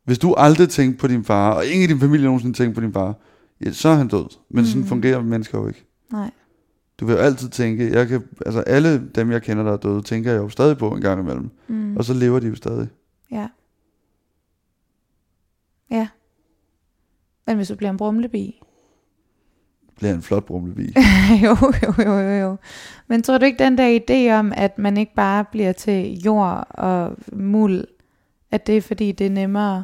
Hvis du aldrig tænkte på din far, og ingen i din familie nogensinde tænkte på din far, ja, så er han død. Men mm. sådan fungerer mennesker jo ikke.
Nej.
Du vil jo altid tænke, jeg kan, altså alle dem, jeg kender, der er døde, tænker jeg jo stadig på en gang imellem.
Mm.
Og så lever de jo stadig.
Ja. Ja. Men hvis du bliver en brumlebi?
Bliver en flot brumlebi.
jo, jo, jo, jo, jo. Men tror du ikke den der idé om, at man ikke bare bliver til jord og muld, at det er fordi, det er nemmere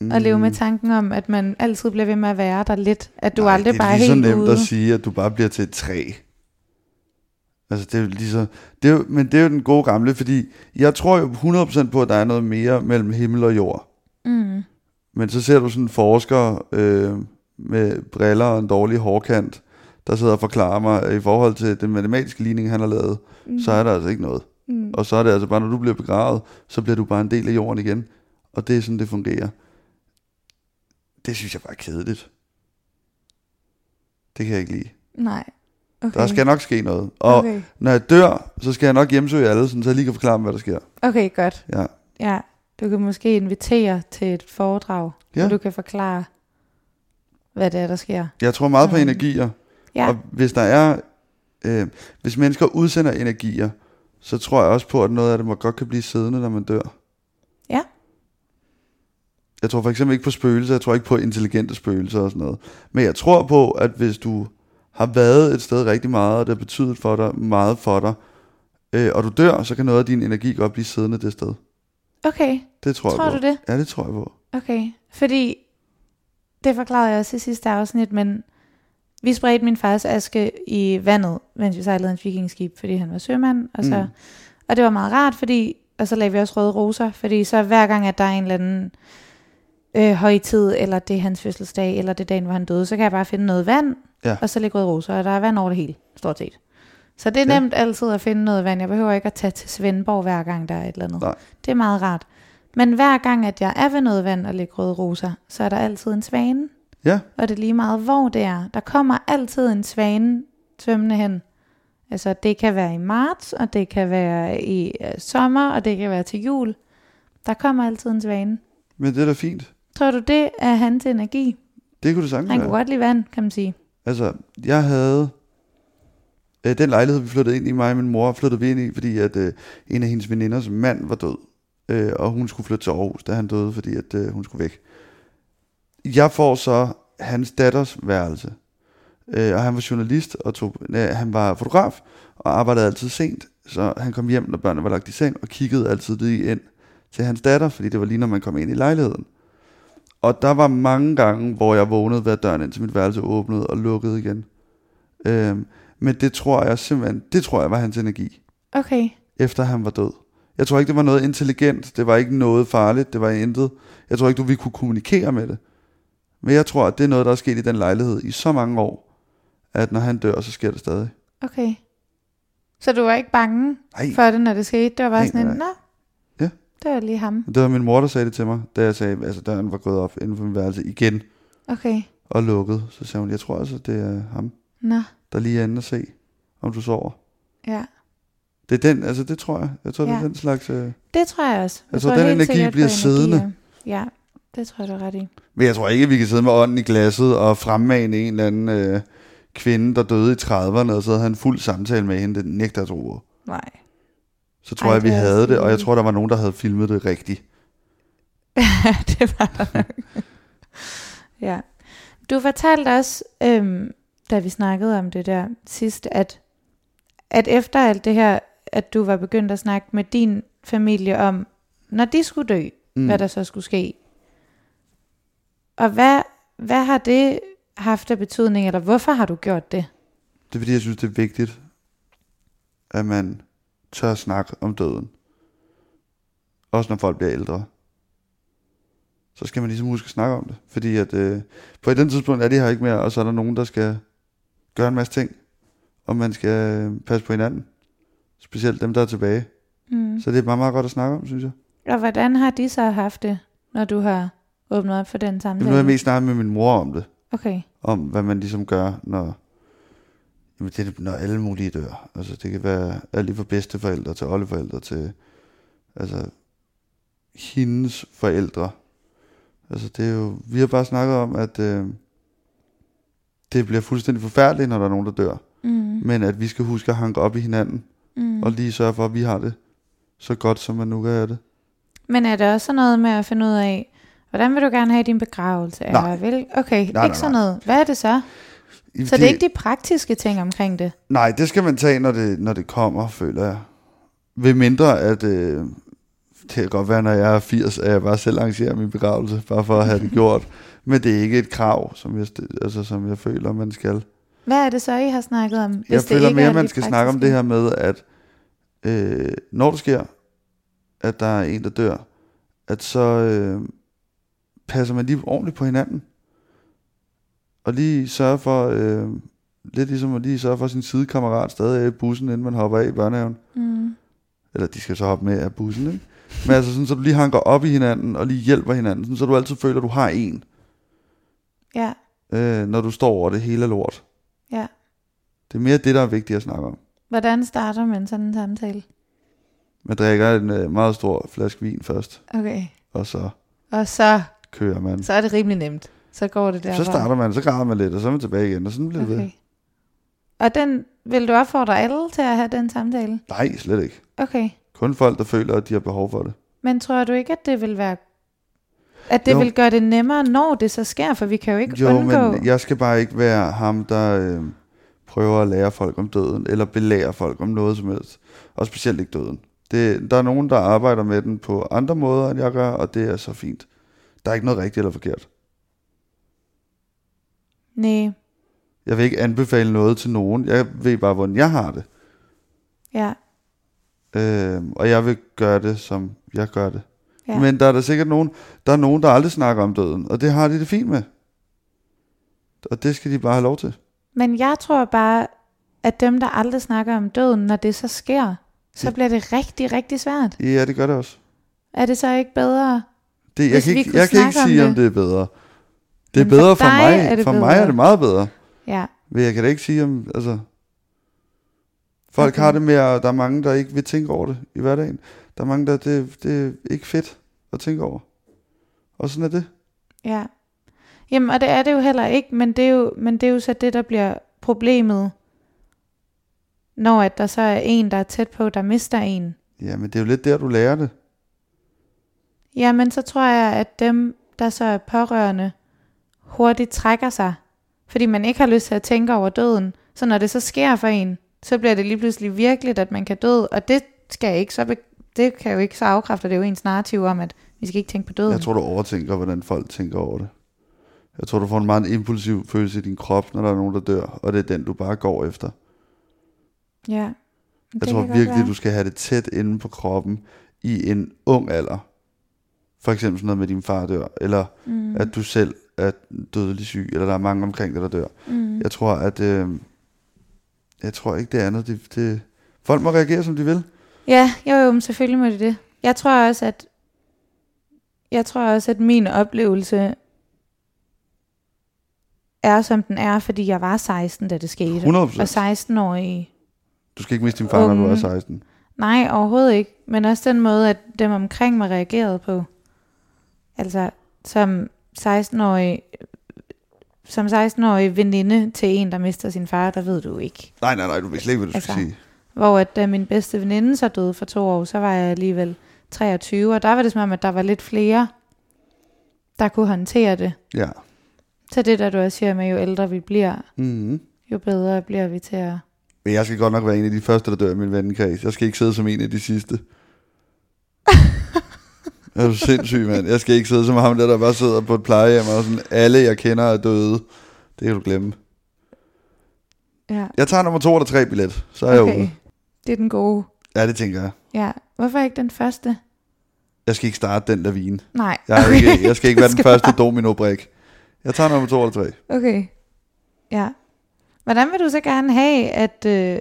mm. at leve med tanken om, at man altid bliver ved med at være der lidt, at du Nej, aldrig bare er
det er lige
helt
så nemt
ude?
at sige, at du bare bliver til et træ. Altså, det er jo lige så... Det er jo, men det er jo den gode gamle, fordi jeg tror jo 100% på, at der er noget mere mellem himmel og jord.
Mm.
Men så ser du sådan en forsker øh, med briller og en dårlig hårkant, der sidder og forklarer mig, at i forhold til den matematiske ligning, han har lavet, mm. så er der altså ikke noget.
Mm.
Og så er det altså bare, når du bliver begravet, så bliver du bare en del af jorden igen. Og det er sådan, det fungerer. Det synes jeg bare er kedeligt. Det kan jeg ikke lide.
Nej. Okay.
Der skal nok ske noget. Og okay.
okay.
når jeg dør, så skal jeg nok hjemsøge alle, sådan, så jeg lige kan forklare dem, hvad der sker.
okay, godt.
Ja.
Ja. Du kan måske invitere til et foredrag,
Ja.
hvor du kan forklare, hvad det er, der sker.
Jeg tror meget på
Mm.
energier.
Ja.
Og hvis der er, øh, hvis mennesker udsender energier, så tror jeg også på, at noget af det må godt kan blive siddende, når man dør.
Ja.
Jeg tror for eksempel ikke på spøgelser, jeg tror ikke på intelligente spøgelser og sådan noget. Men jeg tror på, at hvis du har været et sted rigtig meget, og det har betydet for dig, meget for dig, øh, og du dør, så kan noget af din energi godt blive siddende det sted.
Okay,
Det tror,
tror
jeg på.
du det?
Ja, det tror jeg på.
Okay, fordi det forklarede jeg også i sidste afsnit, men vi spredte min fars aske i vandet, mens vi sejlede hans vikingskib, fordi han var sømand, og, så, mm. og det var meget rart, fordi, og så lagde vi også røde roser, fordi så hver gang, at der er en eller anden øh, højtid, eller det er hans fødselsdag, eller det er dagen, hvor han døde, så kan jeg bare finde noget vand,
Ja.
og så lægge røde roser, og der er vand over det hele, stort set. Så det er
Ja.
nemt altid at finde noget vand. Jeg behøver ikke at tage til Svendborg hver gang, der er et eller andet.
Nej.
Det er meget rart. Men hver gang, at jeg er ved noget vand og lægger røde roser, så er der altid en svane.
Ja,
Og det er lige meget, hvor det er. Der kommer altid en svane svømmende hen. Altså, det kan være i marts, og det kan være i øh, sommer, og det kan være til jul. Der kommer altid en svane.
men det er da fint.
Tror du, det er hans energi?
Det kunne du sagtens
Han
være.
kunne godt lide vand, kan man sige.
Altså, jeg havde... Øh, den lejlighed, vi flyttede ind i, mig og min mor, flyttede vi ind i, fordi at øh, en af hendes veninders mand var død. Øh, og hun skulle flytte til Aarhus, da han døde, fordi at øh, hun skulle væk. Jeg får så hans datters værelse. Øh, og han var journalist, og tog, nej, han var fotograf, og arbejdede altid sent. Så han kom hjem, når børnene var lagt i seng, og kiggede altid lige ind til hans datter, fordi det var lige, når man kom ind i lejligheden. Og der var mange gange, hvor jeg vågnede ved at døren ind til mit værelse åbnede og lukkede igen. Øhm, men det tror jeg simpelthen, det tror jeg var hans energi,
Okay,
efter han var død. Jeg tror ikke, det var noget intelligent, det var ikke noget farligt, det var intet. Jeg tror ikke, du ville kunne kommunikere med det. Men jeg tror, at det er noget, der er sket i den lejlighed i så mange år, at når han dør, så sker det stadig.
okay. Så du var ikke bange
Nej,
for det, når det skete? Det var bare
Nej,
sådan en, nå,
nej. Ja.
det var lige ham.
det var min mor, der sagde det til mig, da jeg sagde, altså døren var gået op inden for min værelse igen
Okay,
og lukket. Så sagde hun, jeg tror altså, det er ham,
nå,
der lige er inde og se, om du sover.
ja.
Det er den, altså det tror jeg. Jeg tror, ja. det
Ja.
er den slags... Øh...
Det tror jeg også.
Jeg tror, Altså, den
helt
energi
sikkert på
bliver siddende.
energier. Ja, det tror jeg, du er ret i.
Men jeg tror ikke, vi kan sidde med ånden i glasset og fremmane en eller anden øh, kvinde, der døde i 30'erne, og så havde han fuld samtale med hende. Det nægter jeg at tro. på.
Nej.
Så tror
Ej,
Ej, jeg, vi
det er altså også
havde det, og jeg
vildt.
tror, der var nogen, der havde filmet det rigtigt.
det var der nok. ja. Du fortalte også, øhm, da vi snakkede om det der sidst, at, at efter alt det her, at du var begyndt at snakke med din familie om, når de skulle dø, mm. hvad der så skulle ske. Og hvad, hvad har det haft af betydning, eller hvorfor har du gjort det?
Det er fordi, jeg synes, det er vigtigt, at man tør snakke om døden. Også når folk bliver ældre. Så skal man ligesom huske at snakke om det. Fordi at øh, på et eller andet tidspunkt er de her ikke mere, og så er der nogen, der skal gøre en masse ting. Og man skal øh, passe på hinanden. Specielt dem, der er tilbage.
Mm.
Så det er meget, meget godt at snakke om, synes jeg.
Og hvordan har de så haft det, når du har åbnet op for den samtale?
Jamen, nu har jeg mest snakket med min mor om det.
Okay.
om, hvad man ligesom gør, når, jamen det, er, når alle mulige dør. Altså det kan være alt lige fra bedsteforældre til oldeforældre til altså hendes forældre. Altså det er jo, vi har bare snakket om, at øh, det bliver fuldstændig forfærdeligt, når der er nogen, der dør.
Mm.
Men at vi skal huske at hanke op i hinanden,
Mm.
og lige sørge for, at vi har det så godt, som man nu kan have det.
Men er det også sådan noget med at finde ud af, hvordan vil du gerne have din begravelse? er?
Nej.
Vel, okay, nej,
nej,
ikke sådan noget. Hvad er det så? Så det er ikke de praktiske ting omkring det?
Nej, det skal man tage, når det, når det kommer, føler jeg. Ved mindre, at øh, det kan godt være, når jeg er 80, at jeg bare selv arrangerer min begravelse, bare for at have det gjort. Men det er ikke et krav, som jeg, st- altså, som jeg føler, man skal.
Hvad er det så, I har snakket om? Hvis
jeg
det
føler
ikke
mere,
er
man
de
skal snakke om
praktiske?
det her med, at øh, når det sker, at der er en, der dør, at så øh, passer man lige ordentligt på hinanden. Og lige sørge for, øh, lidt ligesom at lige sørge for, at sin sidekammerat stadig er i bussen, inden man hopper af i børnehaven.
Mm.
Eller de skal så hoppe med af bussen, ikke? Men altså sådan, så du lige hanker op i hinanden, og lige hjælper hinanden, sådan, så du altid føler, at du har en,
Ja,
øh, når du står over det hele er lort.
ja.
Det er mere det, der er vigtigt at snakke om.
Hvordan starter man sådan en samtale?
Man drikker en øh, meget stor flaske vin først,
Okay.
og så
Og så,
kører man.
så er det rimelig nemt. Så går det derfra.
Så starter man, så græder man lidt, og så er man tilbage igen, og sådan bliver det
okay.
okay.
Og den, vil du opfordre alle til at have den samtale?
Nej, slet ikke.
Okay.
Kun folk, der føler, at de har behov for det.
Men tror du ikke, at det vil være at det jo.
Jo.
vil gøre det nemmere, når det så sker, for vi kan jo ikke
Jo,
undgå...
men jeg skal bare ikke være ham, der øh, prøver at lære folk om døden, eller belære folk om noget som helst. Og specielt ikke døden. Det, der er nogen, der arbejder med den på andre måder, end jeg gør, og det er så fint. Der er ikke noget rigtigt eller forkert.
Nej,
Jeg vil ikke anbefale noget til nogen. Jeg ved bare, hvordan jeg har det.
ja,
Øh, og jeg vil gøre det, som jeg gør det.
Ja.
Ja. Men der er der sikkert nogen, der er nogen, der aldrig snakker om døden, og det har de det fint med. Og det skal de bare have lov til.
Men jeg tror bare, at dem, der aldrig snakker om døden, når det så sker, så
Det-
bliver det rigtig, rigtig svært.
Ja, det gør det også.
Er det så ikke bedre?
Det, jeg
Hvis
kan
vi
ikke,
kunne
jeg kan ikke
snakke om
sige, om
det.
det er bedre. Det er
Men for
bedre for,
dig
mig.
er det
for mig
bedre.
er det meget bedre.
Ja,
Men jeg kan da ikke sige, om... Altså, folk
Okay.
okay. har det med, og der er mange, der ikke vil tænke over det i hverdagen. Der er mange, der... Det, det er ikke fedt at tænke over. Og sådan er det.
ja. Jamen, og det er det jo heller ikke, men det er jo, men det er jo så det, der bliver problemet, når at der så er en, der er tæt på, der mister en.
Ja, men det er jo lidt der, du lærer det.
Jamen, så tror jeg, at dem, der så er pårørende, hurtigt trækker sig, fordi man ikke har lyst til at tænke over døden. Så når det så sker for en, så bliver det lige pludselig virkeligt, at man kan dø, og det skal ikke så be- det kan jo ikke så afkræfte, det er jo ens narrativ om, at vi skal ikke tænke på døden.
Jeg tror, du overtænker, hvordan folk tænker over det. Jeg tror, du får en meget impulsiv følelse i din krop, når der er nogen, der dør, og det er den, du bare går efter.
ja. Det
Jeg tror
kan godt
virkelig,
være.
du skal have det tæt inde på kroppen i en ung alder. For eksempel sådan noget med din far dør, eller
Mm,
mm. at du selv er dødelig syg, eller der er mange omkring dig, der dør.
mm.
Jeg tror, at... Øh, jeg tror ikke, det er andet. Det, det, folk må reagere, som de vil.
Ja, jo, jo, men selvfølgelig må det det. Jeg tror også, at jeg tror også, at min oplevelse er, som den er, fordi jeg var 16, da det skete.
100%.
Og 16-årige.
Du skal ikke miste din far, når du er
Unge.
16.
Nej, overhovedet ikke. Men også den måde, at dem omkring mig reagerede på. Altså, som 16-årig som 16-årig veninde til en, der mister sin far, der ved du ikke.
Nej, nej, nej, du ved slet ikke, hvad du
Altså,
altså, skal sige.
Hvor at da min bedste veninde så døde for to år, så var jeg alligevel 23, og der var det som om, at der var lidt flere, der kunne håndtere det.
Ja.
Så det der, du også siger med, jo ældre vi bliver,
Mm-hmm.
jo bedre bliver vi til at...
Men jeg skal godt nok være en af de første, der dør i min vennekreds. Jeg skal ikke sidde som en af de sidste. er du sindssyg, mand? Jeg skal ikke sidde som ham der, der bare sidder på et plejehjem, og sådan, alle jeg kender er døde. Det kan du glemme.
Ja,
Jeg tager nummer to eller tre billet, så er okay. jeg ude.
Det er den gode.
Ja, det tænker jeg.
Ja, hvorfor ikke den første?
Jeg skal ikke starte den lavine.
Nej.
Jeg, er ikke, jeg skal ikke
Du
være den
skal
første domino-brik. Jeg tager nummer to eller tre.
bare- Okay, ja. Hvordan vil du så gerne have, at, øh,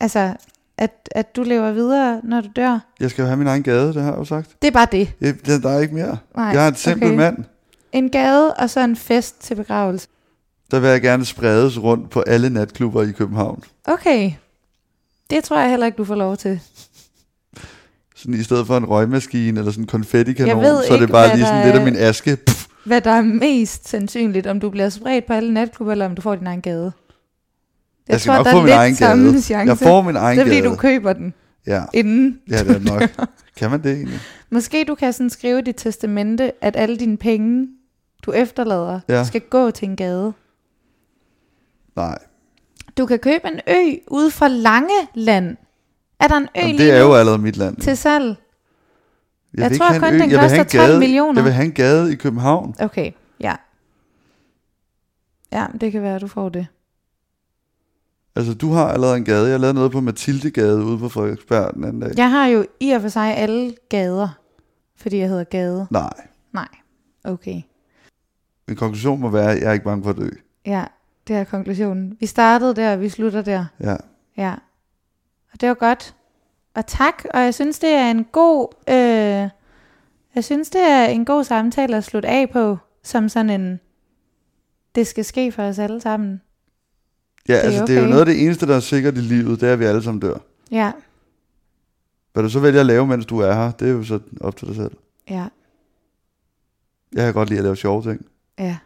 altså, at, at du lever videre, når du dør?
Jeg skal jo have min egen gade, det har jeg jo sagt.
Det er bare det.
Jeg, der- der er ikke mere.
Nej,
Jeg er en simpel okay. mand.
En gade og så en fest til begravelse.
Der vil jeg gerne spredes rundt på alle natklubber i København.
Okay, det tror jeg heller ikke, du får lov til.
Sådan i stedet for en røgmaskine eller sådan en konfettikanon,
Jeg ved
så er det
ikke,
bare
hvad
lige sådan
der
lidt
er-
af min aske. Pff,
Hvad der er mest sandsynligt, om du bliver spredt på alle natklubber, eller om du får din egen gade. Jeg,
jeg skal
tror,
nok
der
Altså, få
er
min
lidt
egen
samme
gade.
chance.
Jeg får min egen
det er fordi,
gade.
du køber den
Ja.
inden.
ja, det er nok. Kan man det egentlig?
Måske du kan sådan skrive i dit testamente, at alle dine penge, du efterlader,
Ja.
ja. skal gå til en gade.
Nej.
Du kan købe en ø ude for Langeland. Er der en ø
Jamen, det
lige
er
nu
jo allerede mit land.
til salg?
vil
jeg
ikke
tror
have en
kun,
ø.
den
Jeg vil have en
koster 12
gade-
millioner.
Jeg vil have en gade i København.
Okay, ja. Ja, det kan være, du får det.
Altså, du har allerede en gade. Jeg lavede noget på Mathildegade ude på Frederiksberg den anden dag.
Jeg har jo i og for sig alle gader, fordi jeg hedder Gade.
Nej.
Nej, okay.
Min konklusion må være, at jeg er ikke bange for at dø.
Ja, det er konklusionen. Vi startede der, og vi slutter der.
Ja.
Ja. Og det var godt. Og tak, og jeg synes, det er en god... Øh, jeg synes, det er en god samtale at slutte af på, som sådan en... Det skal ske for os alle sammen.
Ja,
Det er
altså, det er jo
okay.
noget af det eneste, der er sikkert i livet, det er, at vi alle sammen dør.
Ja,
Hvad du så vælger at lave, mens du er her, det er jo så op til dig selv.
ja,
Jeg kan godt lide at lave sjove ting.
ja.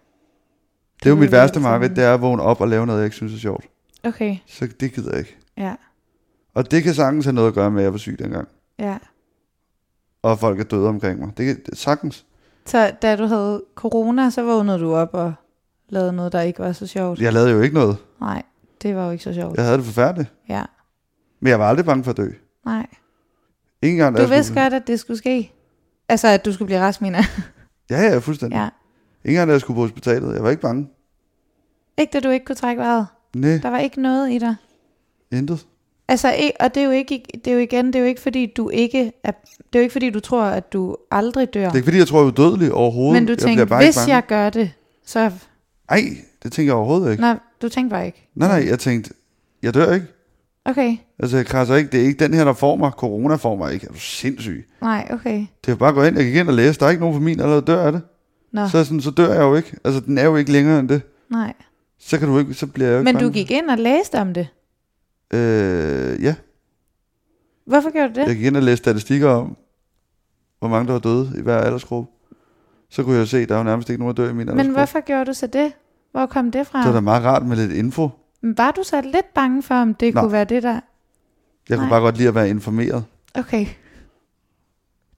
Det er jo
Det altså.
mit
vil jeg
værste
altid.
mareridt, det er at vågne op og lave noget, jeg ikke synes er sjovt.
Okay,
Så det gider jeg ikke.
ja,
Og det kan sagtens have noget at gøre med, at jeg var syg dengang.
ja.
Og at folk er døde omkring mig. Det kan det- sagtens.
Så da du havde corona, så vågnede du op og lavede noget, der ikke var så sjovt.
Jeg lavede jo ikke noget.
Nej, det var jo ikke så sjovt.
Jeg havde det forfærdeligt.
Ja,
Men jeg var aldrig bange for at dø.
nej.
Ingen gang, da
Du
jeg
vidste
skulle...
godt, at det skulle ske. Altså, at du skulle blive rask, mener jeg.
Ja, ja, fuldstændig. Ja.
Ja.
Ingen gang, da jeg skulle på hospitalet. Jeg var ikke bange.
Ikke da du ikke kunne trække vejret.
Nej,
Der var ikke noget i dig.
intet.
Altså, i- og det er jo ikke, det er jo igen, det er jo ikke fordi du ikke er, det er jo ikke fordi du tror, at du aldrig dør.
Det er ikke fordi, jeg tror, jeg er udødelig overhovedet.
Men du
jeg
tænkte,
bliver bare
hvis
ikke bange.
jeg gør det, så...
Ej, det tænker jeg overhovedet ikke.
Nej, du tænkte bare ikke.
Nej, nej, jeg tænkte, jeg dør ikke.
Okay,
Altså, jeg krasser ikke. Det er ikke den her, der får mig. Corona får mig ikke. Er du sindssyg?
nej, okay.
Det er jo bare at gå ind. Jeg gik ind og læse. Der er ikke nogen på min, der allerede dør af det.
Nå, så,
Så, er sådan, så dør jeg jo ikke. Altså, den er jo ikke længere end det.
nej.
Så kan du ikke, så bliver jeg jo ikke
Men du
bange.
gik ind og læste om det.
Øh, ja,
Hvorfor gjorde du det?
jeg gik ind og læste statistikker om, hvor mange der var døde i hver aldersgruppe. Så kunne jeg jo se, at der er jo nærmest ikke nogen, der dør i min
Men
aldersgruppe.
hvorfor gjorde du så det? Hvor kom det fra?
Det var da meget rart med lidt info.
Men Var du så lidt bange for, om det
Nej.
kunne være det der?
Jeg
Nej.
kunne bare godt lide at være informeret.
Okay.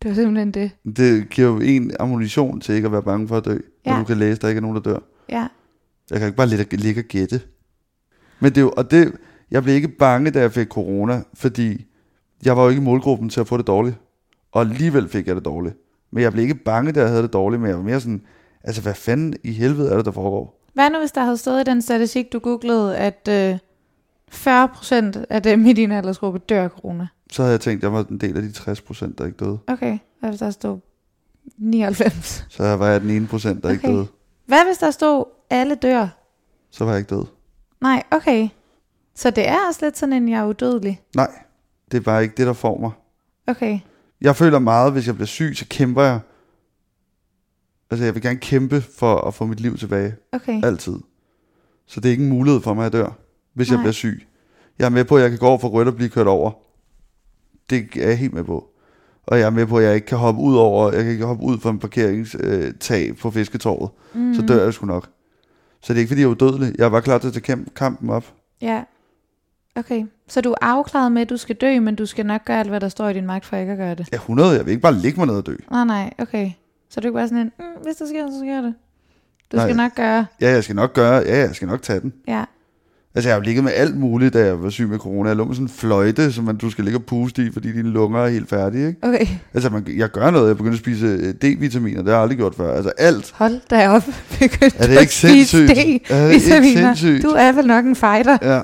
Det var simpelthen det.
Det giver jo en ammunition til ikke at være bange for at dø, ja. når
Ja.
du kan læse, at der ikke er nogen, der dør.
Ja,
Jeg kan ikke bare ligge, ligge og gætte. Men det er jo, og det, jeg blev ikke bange, da jeg fik corona, fordi jeg var jo ikke i målgruppen til at få det dårligt. Og alligevel fik jeg det dårligt. Men jeg blev ikke bange, da jeg havde det dårligt, men jeg var mere sådan, altså hvad fanden i helvede er det, der foregår?
Hvad nu, hvis der havde stået i den statistik, du googlede, at øh, 40% af dem i din aldersgruppe dør af corona?
Så havde jeg tænkt, at jeg var en del af de 60 procent, der ikke døde.
Okay, hvad hvis der stod 99?
Så var jeg den ene procent, der okay. ikke
Okay.
døde.
Hvad hvis der stod, alle dør?
Så var jeg ikke død.
Nej, okay. Så det er også lidt sådan en, jeg er udødelig.
Nej, det er bare ikke det, der får mig.
Okay,
Jeg føler meget, hvis jeg bliver syg, så kæmper jeg. Altså, jeg vil gerne kæmpe for at få mit liv tilbage.
okay,
Altid. Så det er ikke en mulighed for mig at dør, hvis Nej. jeg
Nej.
bliver syg. Jeg er med på, at jeg kan gå over for rødt og blive kørt over. Det er jeg helt med på. Og jeg er med på, at jeg ikke kan hoppe ud over, jeg kan ikke hoppe ud fra en parkeringstag på fisketorvet. Mm. Så dør jeg sgu nok. Så det er ikke, fordi jeg er udødelig. Jeg er bare klar til at tage kæmp- kampen op.
ja. Okay, så du er afklaret med, at du skal dø, men du skal nok gøre alt, hvad der står i din magt for ikke at gøre det?
Ja, 100. Jeg vil ikke bare ligge mig ned og dø.
Nej, nej, okay. Så er du ikke bare sådan en, mm, hvis det sker, så sker det. Du
Nej.
Nej. skal nok gøre,
Ja, jeg skal nok gøre, ja, jeg skal nok tage den.
ja.
Altså, jeg har jo ligget med alt muligt, da jeg var syg med corona. Jeg lå med sådan en fløjte, som man, du skal ligge og puste i, fordi dine lunger er helt færdige, ikke?
Okay,
Altså, man, jeg gør noget. Jeg begynder at spise øh, D-vitaminer. Det har jeg aldrig gjort før. Altså, alt.
hold da op. Begynd
Er det
at
ikke
spise
sindssygt?
D-
Er det ikke
vitaminer.
sindssygt?
Du er vel nok en fighter.
Ja.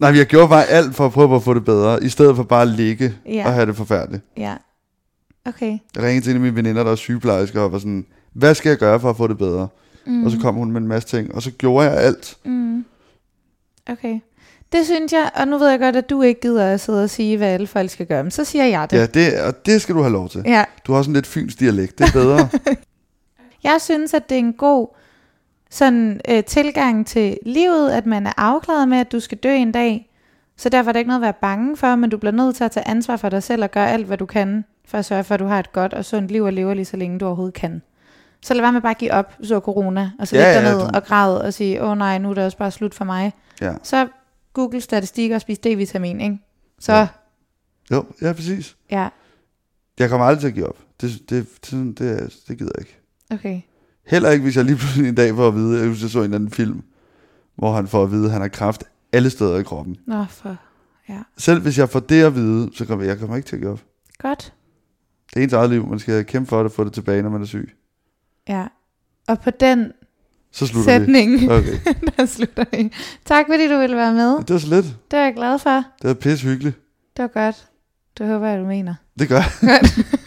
Nej, men jeg gjorde bare alt for at prøve på at få det bedre, i stedet for bare at ligge
Ja.
og have det forfærdeligt.
Ja. Okay.
Jeg ringede til en af mine veninder, der er sygeplejersker, og var sådan, hvad skal jeg gøre for at få det bedre? Mm. Og
Mhm.
så kom hun med en masse ting, og så gjorde jeg alt.
Mm. Okay. Det synes jeg, og nu ved jeg godt, at du ikke gider at sidde og sige, hvad alle folk skal gøre, men så siger jeg det.
Ja, det, og det skal du have lov til.
ja.
Du har sådan lidt fyns dialekt, det er bedre.
Jeg synes, at det er en god sådan, øh, tilgang til livet, at man er afklaret med, at du skal dø en dag. Så derfor er der ikke noget at være bange for, men du bliver nødt til at tage ansvar for dig selv og gøre alt, hvad du kan, for at sørge for, at du har et godt og sundt liv og lever lige så længe du overhovedet kan. Så lad være med bare at give op, så corona, og så
Ja,
ja, ligge
ja,
derned
du-
og græde og sige, åh oh, nej, nu er det også bare slut for mig.
ja.
Så google statistik og spis D-vitamin, ikke? Så,
Ja.
ja.
Jo, ja, præcis.
ja,
Jeg kommer aldrig til at give op. Det, det, det, det, det gider jeg ikke.
okay.
Heller ikke, hvis jeg lige pludselig en dag får at vide, jeg husker, jeg så en eller anden film, hvor han får at vide, at han har kraft alle steder i kroppen.
Nå, for
Selv hvis jeg får det at vide, så kommer jeg, jeg kommer ikke til at give op.
godt.
Det er ens eget liv. Man skal kæmpe for det og få det tilbage, når man er syg.
Ja. Og på den
Så slutter vi.
sætning,
Okay.
der slutter vi. Tak fordi du ville være med.
Det var så lidt.
Det er jeg glad for.
Det var pisse hyggeligt.
Det var godt. Det håber jeg, du mener.
Det gør jeg.
Godt.